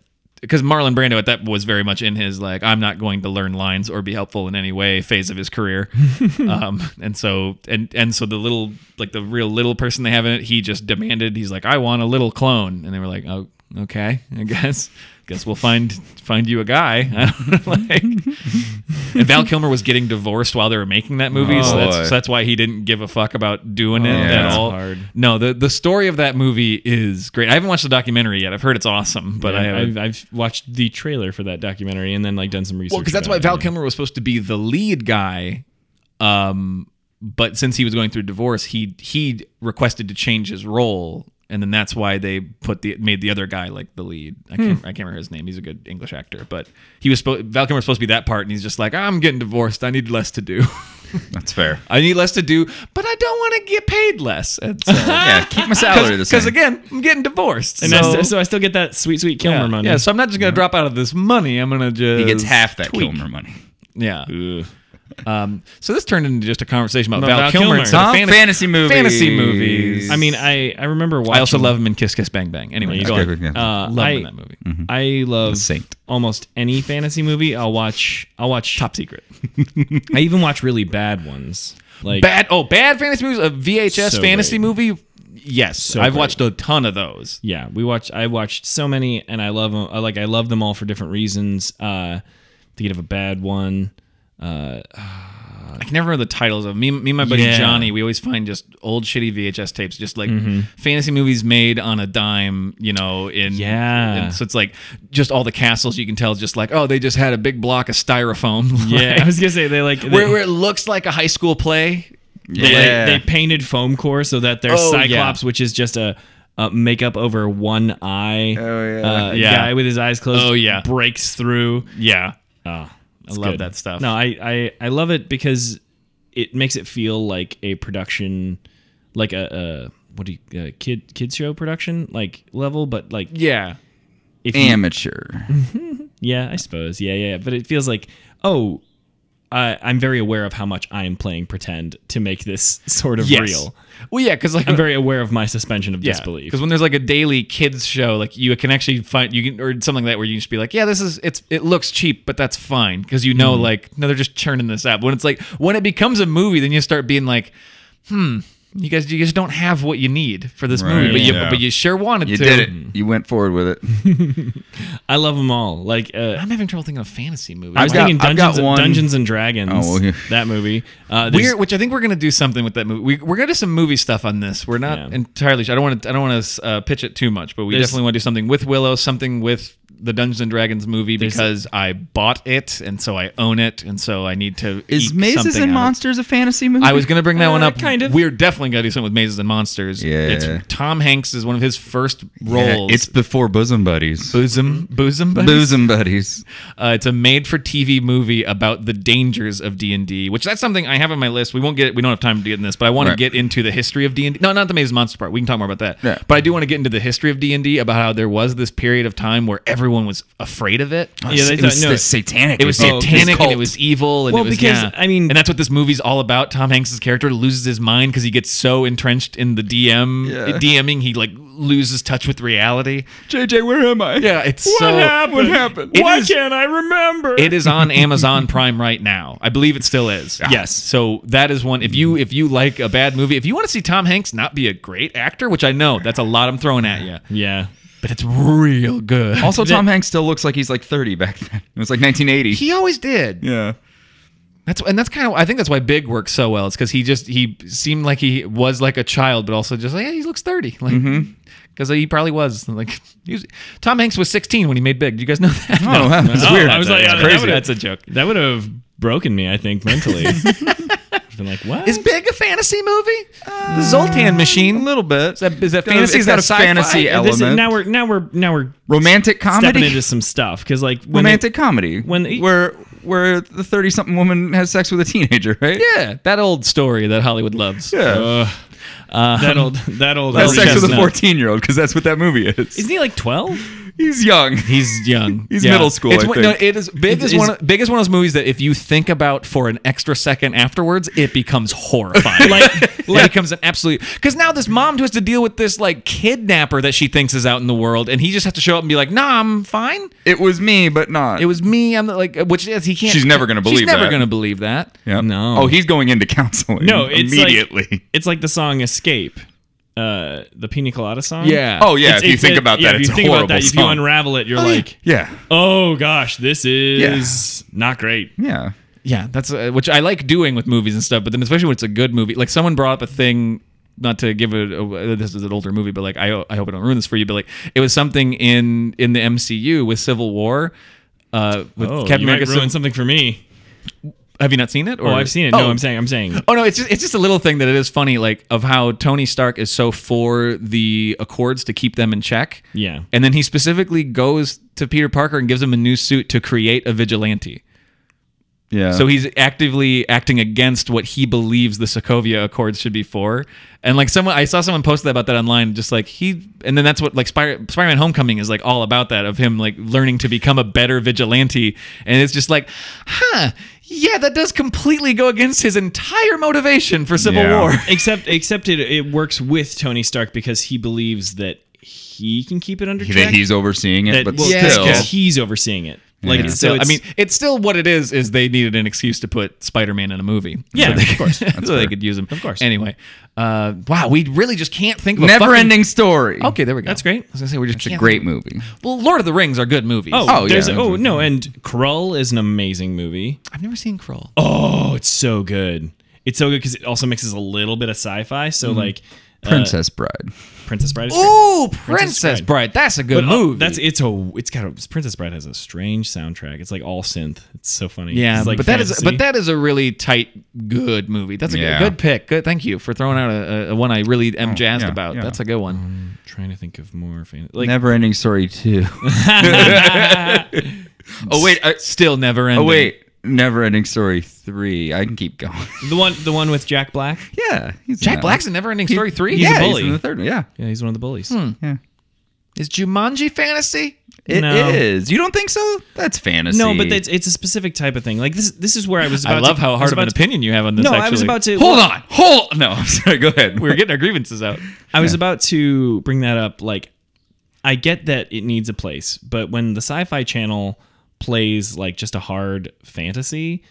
S2: because Marlon Brando at that was very much in his like I'm not going to learn lines or be helpful in any way phase of his career, um, and so and and so the little like the real little person they have in it he just demanded he's like I want a little clone and they were like oh okay, I guess. Guess we'll find find you a guy. <laughs> I don't know, like, and Val Kilmer was getting divorced while they were making that movie, so,
S3: Oh,
S2: that's,
S3: boy. Oh,
S2: so that's why he didn't give a fuck about doing it at
S3: that's
S2: all.
S1: hard.
S2: No, the the story of that movie is great. I haven't watched the documentary yet. I've heard it's awesome, but I
S1: I,
S2: haven't.
S1: have I've watched the trailer for that documentary and then like done some research.
S2: Well, because that's
S1: about
S2: why
S1: it.
S2: Val Kilmer was supposed to be the lead guy, um, but since he was going through divorce, he he requested to change his role, and then that's why they put the made the other guy like the lead. I can't I can't remember his name. He's a good English actor, but he was spo- Val Kilmer was supposed to be that part, and he's just like I'm getting divorced. I need less to do. <laughs>
S3: That's fair.
S2: I need less to do, but I don't want to get paid less. And <laughs> so,
S3: Yeah, keep
S2: <laughs>
S3: my salary the
S2: because
S3: same.
S2: again, I'm getting divorced.
S1: And
S2: so,
S1: I st- so I still get that sweet sweet Kilmer
S2: yeah,
S1: money.
S2: yeah, so I'm not just gonna drop out of this money. I'm gonna just
S3: he gets half that
S2: tweak.
S3: Kilmer money.
S2: Yeah.
S1: Ugh.
S2: Um, so this turned into just a conversation about
S1: About
S2: Val,
S1: Val
S2: Kilmer,
S1: Kilmer.
S2: instead of
S3: Huh?
S2: fantasy,
S3: Fantasy movies.
S2: fantasy movies.
S1: I mean, I I remember watching.
S2: I also love him in Kiss Kiss Bang Bang. Anyway,
S1: Yeah,
S2: go
S3: okay,
S2: on.
S3: yeah.
S1: Uh,
S2: love him in
S1: I-
S2: that movie.
S1: I love
S3: saint.
S1: almost any fantasy movie. I'll watch. I'll watch.
S2: Top Secret.
S1: <laughs> I even watch really bad ones. Like
S2: Bad. Oh, bad fantasy movies. A VHS
S1: So
S2: fantasy
S1: great.
S2: movie. Yes, I've watched a ton of those.
S1: yeah, we watch. I watched so many, and I love them. Like I love them all for different reasons. Uh, thinking of a bad one. <laughs> Uh,
S2: I can never remember the titles of 'em. me. Me and my buddy
S1: Yeah.
S2: Johnny. We always find just old shitty VHS tapes, just like
S1: Mm-hmm.
S2: fantasy movies made on a dime. You know, in
S1: Yeah.
S2: in- so it's like just all the castles. You can tell, just like oh, they just had a big block of styrofoam. <laughs>
S1: yeah,
S2: Like,
S1: I was gonna say they like they,
S2: where, where it looks like a high school play.
S1: they,
S3: Yeah.
S1: they painted foam core so that there's
S2: Oh, yeah.
S1: Cyclops, which is just a. Uh, makeup over one eye.
S3: Oh, yeah.
S1: Uh,
S2: Yeah.
S1: Guy with his eyes closed.
S2: Oh, yeah.
S1: Breaks through.
S2: Yeah.
S1: Oh, I
S2: love that stuff.
S1: No, I, I I love it because it makes it feel like a production, like a, a what do you a kid kids show production like level, but like
S2: Yeah.
S1: if you-
S3: Amateur.
S1: yeah, I suppose yeah yeah, yeah. but it feels like oh. I I'm very aware of how much I am playing pretend to make this <laughs> sort of real.
S2: Well, yeah, because like
S1: I'm very aware of my suspension of
S2: yeah,
S1: disbelief.
S2: Because when there's like a daily kids show, like you can actually find you can or something like that where you just be like, yeah, this is it's it looks cheap, but that's fine because you
S3: Mm-hmm.
S2: know like no, they're just churning this out. When it's like when it becomes a movie, then you start being like, hmm, you guys you guys don't have what you need for this movie,
S3: Right.
S2: but you
S3: Yeah.
S2: but you sure wanted
S3: You
S2: to.
S3: did it. You went forward with it.
S1: I love them all. Like uh,
S2: I'm having trouble thinking of fantasy movies.
S1: I was
S3: I've got-
S1: thinking
S3: I've got
S1: Dungeons,
S3: one-
S1: Dungeons and Dragons.
S3: Oh, well, yeah.
S1: that movie. Uh, there's-
S2: We're, which I think we're gonna do something with that movie. We, we're gonna do some movie stuff on this. We're not
S1: Yeah.
S2: entirely. Sure. I don't want to. I don't want to uh, pitch it too much, but we
S1: There's-
S2: definitely want to do something with Willow, something with the Dungeons and Dragons movie because I bought it and so I own it and so I need to.
S3: Is
S2: eke
S3: Mazes
S2: something
S3: and
S2: out.
S3: Monsters a fantasy movie?
S2: I was gonna bring that
S1: Uh,
S2: one up.
S1: kind of.
S2: We're definitely gonna do something with Mazes and Monsters.
S3: Yeah.
S2: It's Tom Hanks is one of his first
S3: Yeah,
S2: roles.
S3: it's before Bosom Buddies.
S2: bosom, bosom, buddies?
S3: Bosom Buddies.
S2: Uh, it's a made-for-TV movie about the dangers of D and D, which that's something I have on my list. We won't get, we don't have time to get in this, but I want to
S3: Right.
S2: get into the history of D and D. No, not the Maze Monster part. We can talk more about that.
S3: Yeah.
S2: But I do want to get into the history of D and D about how there was this period of time where everyone was afraid of it.
S1: yeah, they
S3: it
S1: thought-
S3: was
S1: no,
S3: the satanic.
S2: It was
S1: Oh, okay.
S2: satanic and
S3: cult.
S2: it was evil and
S1: Well,
S2: it was
S1: because,
S2: yeah.
S1: I mean-
S2: and that's what this movie's all about. Tom Hanks' character loses his mind because he gets so entrenched in the DM
S3: Yeah.
S2: DMing, he like loses touch with reality.
S3: JJ, where am I?
S2: Yeah, it's so
S3: What happened?
S2: It
S1: Why
S2: is-
S1: can't I remember?
S2: It is on Amazon Prime right now. I believe it still is.
S1: Yes.
S2: So that is one. If you if you like a bad movie, if you want to see Tom Hanks not be a great actor, which I know that's a lot I'm throwing at you,
S1: yeah.
S2: but it's real good.
S3: Also, Tom Hanks still looks like he's like 30 back then. It was like 1980.
S2: he always did.
S3: yeah.
S2: That's and that's kind of I think that's why Big works so well. It's because he just he seemed like he was like a child, but also just like yeah, he looks thirty, like because he probably was like he was, Tom Hanks was sixteen when he made Big. Do you guys know that? <laughs>
S3: Oh, wow. That's
S1: Oh,
S3: weird.
S1: I was like, yeah,
S2: That's
S1: that
S2: crazy.
S1: would've-
S2: That's a joke.
S1: That would have broken me, I think,
S3: <laughs>
S1: mentally. I've been like, what?
S2: Is Big a fantasy movie? the Zoltan Machine.
S3: a little bit. Is
S2: that- is that fantasy?
S3: fantasy?
S2: Is that a sci-fi?
S3: fantasy
S2: This
S1: This is-
S3: element?
S1: now we're now we're now we're
S3: romantic
S1: stepping
S3: comedy.
S1: into some stuff because like when they-
S3: Romantic comedy.
S1: when they-
S3: where where the 30 something woman has sex with a teenager, right?
S2: Yeah, Uh, that old story that Hollywood loves.
S3: Yeah.
S1: Ugh. that old that old
S3: has sex with a
S1: Chestnut.
S3: 14 year old because that's what that movie is.
S1: Isn't he like twelve?
S3: He's young.
S2: He's young.
S3: He's middle school,
S2: It's
S3: I
S2: one- no,
S3: think.
S2: it is big is
S1: is-
S2: one of, big is one of those movies that if you think about for an extra second afterwards, it becomes horrifying. <laughs> like, it becomes an absolute because now this mom who has to deal with this like kidnapper that she thinks is out in the world, and he just has to show up and be like, "Nah, I'm fine.
S3: It was me, but not.
S2: It was me. I'm the, like," which is he can't.
S3: She's never gonna
S2: She's
S3: believe
S2: never
S3: that.
S2: gonna believe that.
S3: Yep.
S1: No.
S3: Oh, he's Oh, going into counseling.
S1: No, it's like-
S3: immediately.
S1: It's like the song Escape. Uh, uh, the Pina Colada song?
S2: Yeah.
S3: Oh yeah,
S1: It's-
S3: if you
S1: it's
S3: think
S1: a-
S3: about
S1: yeah,
S3: that,
S1: if
S3: it's
S1: you
S3: a
S1: think
S3: horrible
S1: about that, if you
S3: song.
S1: unravel it, you're like,
S3: yeah,
S1: oh gosh, this is not great.
S3: yeah.
S2: Yeah, that's uh, which I like doing with movies and stuff. But then, especially when it's a good movie, like someone brought up a thing. Not to give it, a, this is an older movie, but like I, I hope I don't ruin this for you. But like it was something in in the MCU with Civil War, uh, with
S1: Oh,
S2: Captain
S1: you might
S2: America.
S1: ruin
S2: Civil,
S1: something for me.
S2: have you not seen it? Or?
S1: Oh, I've seen it. No, I'm saying, I'm saying.
S2: Oh no, it's just, it's just a little thing that it is funny, like of how Tony Stark is so for the Accords to keep them in check.
S1: Yeah.
S2: and then he specifically goes to Peter Parker and gives him a new suit to create a vigilante.
S3: Yeah.
S2: So he's actively acting against what he believes the Sokovia Accords should be for. And like someone, I saw someone post that about that online. Just like he, and then that's what like Spider Spider-Man: Homecoming is like all about that of him like learning to become a better vigilante. And it's just like, huh, yeah, that does completely go against his entire motivation for Civil
S3: Yeah.
S2: War.
S1: except except it, it works with Tony Stark because he believes that he can keep it under
S3: He-
S1: check.
S3: that he's overseeing it,
S1: that,
S3: but
S1: well,
S2: yeah,
S3: still,
S1: because he's overseeing it. Like
S3: Yeah.
S1: <laughs> so,
S2: I
S1: it's-
S2: mean, it's still what it is. Is they needed an excuse to put Spider-Man in a movie?
S1: Yeah,
S2: so they,
S1: of course.
S2: <laughs> so they could use him. Of
S1: course.
S2: Anyway, uh, wow, we really just can't think of a fucking-
S3: never-ending story.
S2: Okay, there we go.
S1: That's great.
S2: I was gonna say we're just
S3: it's a great movie.
S2: Well, Lord of the Rings are good movies.
S1: oh,
S3: oh,
S1: there's
S3: yeah.
S1: oh no, and Krull is an amazing movie.
S2: I've never seen Kroll.
S1: Oh, it's so good. It's so good because it also mixes a little bit of sci-fi.
S2: Mm-hmm.
S1: So like uh,
S3: Princess Bride.
S1: Princess Bride. Is great.
S2: Oh, Princess
S1: Bride.
S2: Bride. That's a good
S1: But, uh,
S2: movie.
S1: That's it's a it's got a Princess Bride has a strange soundtrack. It's like all synth. It's so funny.
S2: yeah,
S1: It's like
S2: but that is
S1: fantasy.
S2: but that is a really tight, good movie. That's a good-
S3: Yeah. Oh,
S2: good, pick. Good, thank you for throwing out a, a one I really am jazzed
S3: yeah,
S2: about.
S3: yeah. Mm.
S2: That's a good one.
S1: trying to think of more fan- like
S3: Never-ending story
S1: <laughs>
S3: two. oh wait, I,
S2: uh, Still never ending.
S3: oh wait, never-ending story three. I can keep going. <laughs>
S1: the one the one with Jack Black.
S3: yeah, he's
S2: Jack
S3: in that
S2: Black's
S3: one.
S2: in Never Ending Story three.
S1: he's a
S3: yeah,
S1: bully.
S3: He's in the third one. Yeah,
S1: Yeah, he's one of the bullies.
S3: yeah.
S2: Is Jumanji fantasy?
S3: It is.
S1: No.
S3: You don't think so? That's fantasy.
S1: No, but it's it's a specific type of thing. Like this this is where I was. About
S2: I love
S1: to,
S2: how
S1: was
S2: hard of
S1: about
S2: an
S1: to-
S2: opinion you have on this.
S1: No,
S2: actually.
S1: Oh, I was about to
S3: Hold on.
S2: <laughs>
S3: Hold. No, I'm sorry. Go ahead.
S2: We were getting our grievances out.
S1: I was about to bring that up. Like, I get that it needs a place, but when the Sci-Fi Channel plays like just a hard fantasy,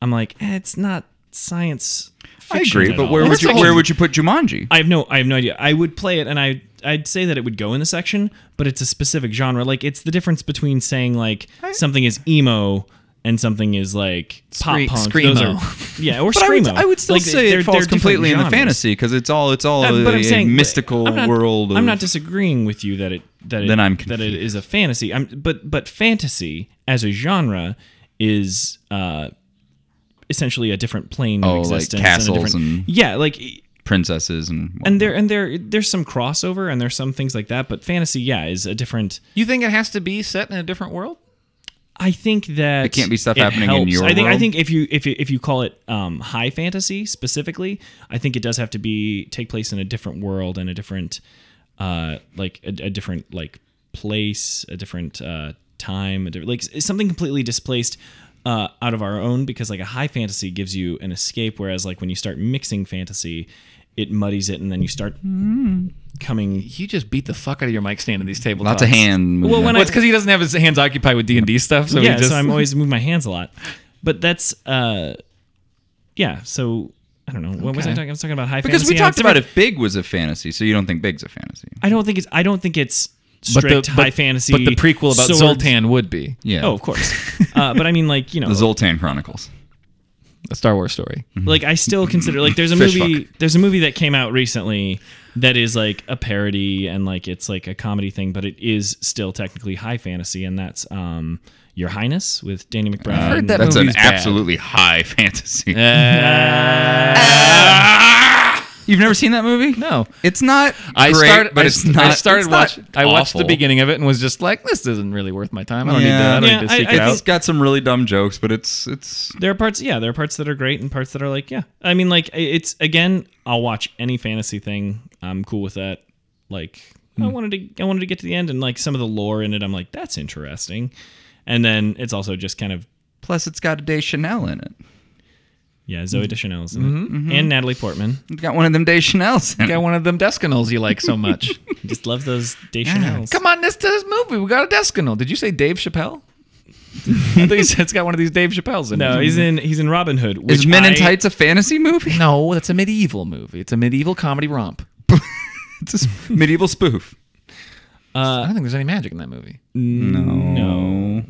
S1: I'm like, eh, it's not science.
S3: I
S1: fiction
S3: agree,
S1: at
S3: but
S1: all.
S3: where
S1: It's
S3: would you
S1: like-
S3: where would you put Jumanji?
S1: I have no, I have no idea. I would play it, and I, I'd say that it would go in the section, but it's a specific genre. Like it's the difference between saying like something is emo and something is like pop
S2: Scree-
S1: punk. Those
S2: screamo.
S1: are- yeah,
S3: <laughs>
S1: or screamo.
S3: I would, I would still
S1: Like,
S3: say
S1: they're-
S3: it falls
S1: they're different
S3: completely in the
S1: genres.
S3: fantasy because it's all it's all
S1: Uh,
S3: a,
S1: but I'm
S3: a
S1: saying
S3: mystical
S1: I'm not-
S3: world. Of,
S1: I'm not disagreeing with you that it that it,
S3: Then I'm
S1: that it
S3: confused.
S1: is a fantasy. I'm but but fantasy as a genre is uh, essentially a different plane
S3: Oh,
S1: of
S3: like
S1: existence. and, a
S3: castles
S1: different-
S3: and-
S1: yeah, like
S3: princesses and,
S1: and there and there there's some crossover and there's some things like that but fantasy yeah is a different
S2: You think it has to be set in a different world?
S1: i think that
S3: It can't be stuff happening in your
S1: i think i
S3: world?
S1: think if you if you if you call it um high fantasy specifically i think it does have to be take place in a different world and a different uh like a, a different like place a different uh time a different, like s- something completely displaced uh, out of our own because like a high fantasy gives you an escape whereas like when you start mixing fantasy it muddies it and then you start coming
S2: You just beat the fuck out of your mic stand in these tabletops.
S3: lots of hand.
S1: Well, when
S2: Well, it's because he doesn't have his hands occupied with D and D stuff, so
S1: yeah,
S2: he just. <laughs>
S1: so I'm always move my hands a lot. But that's uh yeah, so I don't know. What was I
S2: Okay.
S1: talking? I was talking about high
S3: because
S1: fantasy.
S3: we
S1: I
S3: talked
S1: was
S3: about
S1: talking-
S3: if Big was a fantasy, so you don't think Big's a fantasy?
S1: I don't think it's I don't think it's strict high fantasy.
S2: But the prequel about
S1: swords-
S2: Zoltan would be
S3: Yeah.
S1: Oh, of
S2: <laughs>
S1: course. uh, but I mean like, you know,
S3: the Zoltan Chronicles.
S2: a Star Wars story.
S1: like I still consider like there's a
S3: Fish
S1: movie there's a movie that came out recently that is like a parody and like it's like a comedy thing, but it is still technically high fantasy and that's um Your Highness with Danny McBride.
S2: heard
S1: and-
S2: that
S3: That's an
S2: movie's bad.
S3: absolutely high <laughs> fantasy.
S1: Uh,
S3: You've never seen that movie?
S2: No.
S3: <laughs> It's not.
S2: I
S3: great,
S2: started.
S3: but
S2: I,
S3: it's not.
S2: I started
S3: it's not
S2: watching. I watched the
S3: awful.
S2: beginning of it and was just like, "This isn't really worth my time. I don't need
S3: Yeah.
S2: to. I
S1: Yeah,
S2: don't need
S1: I-
S2: to seek
S1: I
S2: it
S1: think-
S3: It's
S2: out."
S3: got some really dumb jokes, but it's it's
S1: There are parts, yeah, there are parts that are great and parts that are like, yeah. I mean, like, i- it's again, I'll watch any fantasy thing. I'm cool with that. Like,
S3: Hmm.
S1: I wanted to, I wanted to get to the end, and like some of the lore in it, I'm like, that's interesting. And then it's also just kind of,
S3: plus it's got a Day Chanel in it.
S1: yeah,
S3: Mm-hmm.
S1: Zoe Deschanel is in it, and Natalie
S3: <laughs>
S1: Portman.
S3: It's got one of them Day Chanels in it.
S2: Got one of them Descanals you like so much.
S1: Just love those Deschanels.
S2: Come on, this this movie. We got a Descanal. Did you say Dave Chappelle? I think you said it's got one of these Dave Chappelles in it.
S1: No, he's in, he's in Robin Hood. Which
S3: Is Men in
S1: I-
S3: Tights a fantasy movie? <laughs>
S2: No, that's a medieval movie. It's a medieval comedy romp.
S3: It's a s- <laughs> medieval spoof.
S2: I don't think there's any magic in that movie.
S1: No.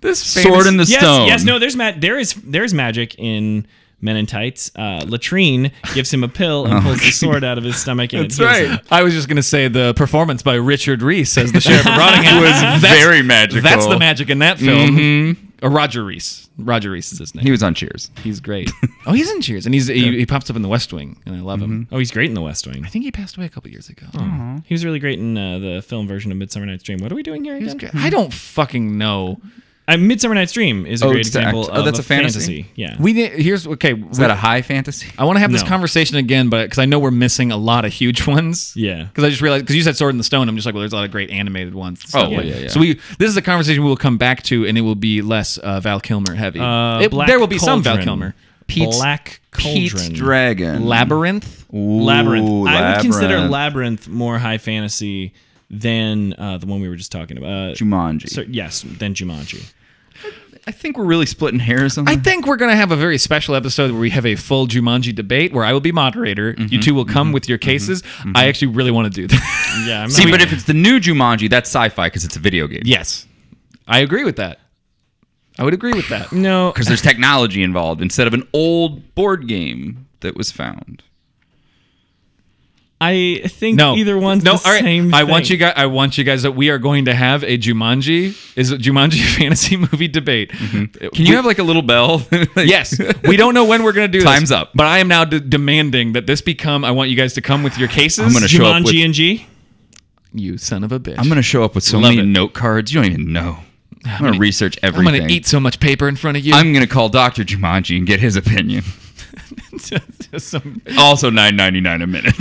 S2: This
S3: Sword in the
S1: Yes,
S3: Stone.
S1: yes, no. There's ma- There is there is magic in Men in Tights. Uh, Latrine gives him a pill
S3: Oh
S1: and pulls the sword out of his stomach. And That's
S2: I was just gonna say the performance by Richard Reese
S3: <laughs>
S2: as the sheriff of Rottingham was
S3: very magical. Mm-hmm.
S2: That's the magic in that film. Or Roger Reese. Roger Reese is his name.
S3: He was on Cheers.
S2: he's
S3: <laughs>
S2: great. oh, he's in Cheers, and he's he, he pops up in The West Wing, and I love
S3: Mm-hmm.
S2: him.
S1: Oh, he's great in The West Wing.
S2: I think he passed away a couple years
S3: Oh,
S2: ago. Hmm.
S1: He was really great in uh, the film version of Midsummer Night's Dream. What are we doing here
S2: He's
S1: again?
S2: great. I don't fucking know.
S1: Uh, Midsummer Night's Dream is a
S3: Oh,
S1: great
S3: it's the act-
S1: example.
S3: oh,
S1: of
S3: that's a fantasy? Mm-hmm.
S1: Yeah.
S2: We did, here's okay. we-
S3: Is that a high fantasy?
S2: I want to have this
S1: No.
S2: conversation again, but because I know we're missing a lot of huge <laughs> ones.
S1: Yeah.
S2: Because I just realized because you said Sword in the Stone, I'm just like, well, there's a lot of great animated ones. and stuff.
S3: Oh, well, yeah, yeah.
S2: So we this is a conversation we will come back to, and it will be less uh, Val Kilmer heavy.
S1: Uh,
S2: It-
S1: Black
S2: there will be some Val
S1: Cauldron.
S2: Kilmer.
S3: Pete's-
S1: Black Cauldron.
S3: Pete's Dragon.
S2: Labyrinth.
S1: Labyrinth.
S3: Ooh,
S1: I would consider
S3: Labyrinth.
S1: Labyrinth more high fantasy than uh, the one we were just talking about. Uh,
S3: Jumanji.
S1: so- yes, than Jumanji.
S3: I think we're really splitting hairs on
S2: I
S3: that.
S2: think we're going to have a very special episode where we have a full Jumanji debate where I will be moderator.
S3: Mm-hmm.
S2: you two will come with your cases. I actually really want to do that. <laughs>
S1: Yeah. I'm
S3: See,
S1: not-
S3: but if it's the new Jumanji, that's sci-fi because it's a video game.
S2: yes. I agree with that. I would agree with that.
S3: <laughs>
S1: no,
S3: because there's technology involved instead of an old board game that was found.
S1: I think
S2: No,
S1: either one's
S2: no.
S1: the same.
S2: I want
S1: thing.
S2: you guys. I want you guys that we are going to have a Jumanji is a Jumanji <laughs> fantasy movie debate.
S3: Can you have like a little bell? <laughs>
S2: Yes, we don't know when we're going to do. this,
S3: Time's up.
S2: But I am now de- demanding that this become. I want you guys to come with your cases.
S3: I'm gonna sh- show up with-
S1: Jumanji and G.
S2: you son of a bitch.
S3: I'm gonna show up with so
S2: Love
S3: many
S2: it.
S3: note cards. You don't even know. I'm gonna research
S2: I'm
S3: everything.
S2: gonna eat so much paper in front of you. <laughs>
S3: I'm gonna call Doctor Jumanji and get his opinion.
S2: Some-
S3: Also, nine ninety nine a minute.
S2: <laughs>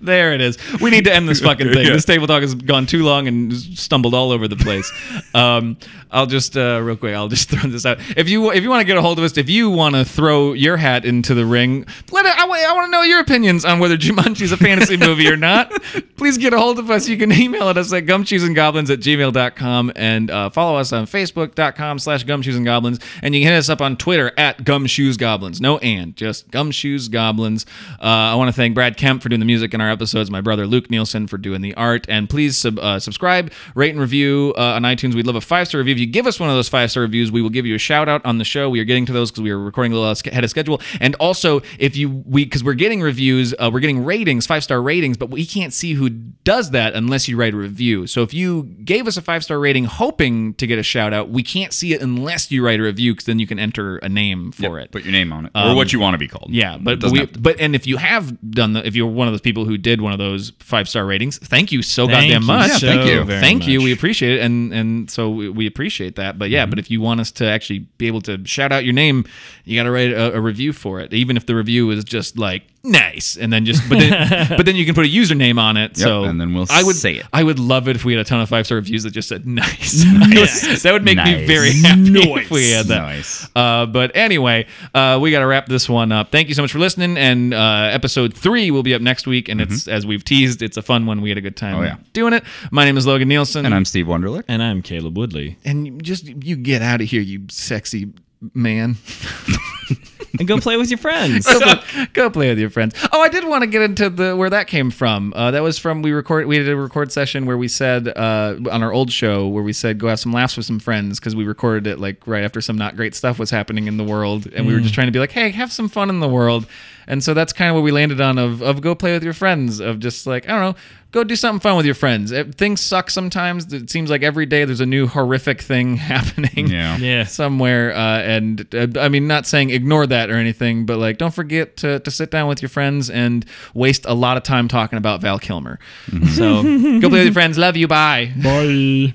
S2: there it is. We need to end this fucking thing. This table talk has gone too long and stumbled all over the place. Um, I'll just uh, real quick. I'll just <laughs> throw this out. If you if you want to get a hold of us, if you want to throw your hat into the ring, let it, I, want to know your opinions on whether Jumanji is a fantasy movie or not. Please get a hold of us. You can email at us at gumcheesandgoblins at gmail.com and uh, follow us on facebook.com slash gumshoesandgoblins. And you can hit us up on Twitter at gumshoesgoblins. No and, just gumshoesgoblins. Uh, I want to thank Brad Kemp for doing the music in our episodes, my brother Luke Nielsen for doing the art. And please sub, uh, subscribe, rate, and review uh, on iTunes. We'd love a five star review. If you give us one of those five star reviews, we will give you a shout out on the show. We are getting to those because we are recording a little ske- ahead of schedule. And also, if you, we, because we're getting reviews, uh, we're getting ratings, five star ratings, but we can't see who does that unless you write a review. So if you gave us a five star rating hoping to get a shout out, we can't see it unless you write a review because then you can enter a name <laughs> for it. Um,
S3: Put your name on it, or what you want to be called.
S2: Yeah, but, but
S3: doesn't
S2: we,
S3: have to-
S2: but and if you have done the, if you're one of those people who did one of those five star ratings, thank you so
S1: Thank
S2: goddamn
S1: you
S2: much.
S1: so
S3: thank you.
S1: very
S2: thank you.
S1: much.
S2: We appreciate it, and and so we, we appreciate that. But yeah,
S3: Mm-hmm.
S2: but if you want us to actually be able to shout out your name, you got to write a, a review for it, even if the review is just like nice, and then just but
S3: <laughs>
S2: then, but then you can put a username on it. so
S3: and then we'll
S2: I would
S3: say it.
S2: I would love it if we had a ton of five star reviews that just said <laughs>
S3: <laughs>
S2: nice. nice. that would make me
S3: Nice.
S2: very happy if we had that.
S3: Nice.
S2: Uh, but anyway, uh, we got to wrap this one up. Thank you so much for listening. And uh, episode three will be up next week. And it's, as we've teased, it's a fun one. We had a good time
S3: Mm-hmm. Oh, yeah.
S2: doing it. My name is Logan Nielsen.
S3: And I'm Steve Wunderlich.
S1: And I'm Caleb Woodley.
S2: And you- just you get out of here, you sexy man. <laughs>
S1: And go play with your <laughs>
S3: <laughs>
S1: friends.
S2: <laughs> Go play with your friends. Oh, I did want to get into the where that came from. Uh, that was from we record we did a record session where we said uh, on our old show where we said go have some laughs with some friends because we recorded it like right after some not great stuff was happening in the world and we were just trying to be like hey have some fun in the world and so that's kind of what we landed on of of go play with your friends of just like I don't know go do something fun with your friends. Eh, things suck sometimes. It seems like every day there's a new horrific thing <laughs> happening
S3: Yeah.
S1: yeah.
S2: somewhere. Uh, and uh, I mean, not saying ignore that or anything, but like, don't forget to, to sit down with your friends and waste a lot of time talking about Val Kilmer. So go play with your friends. Love you. Bye.
S1: Bye.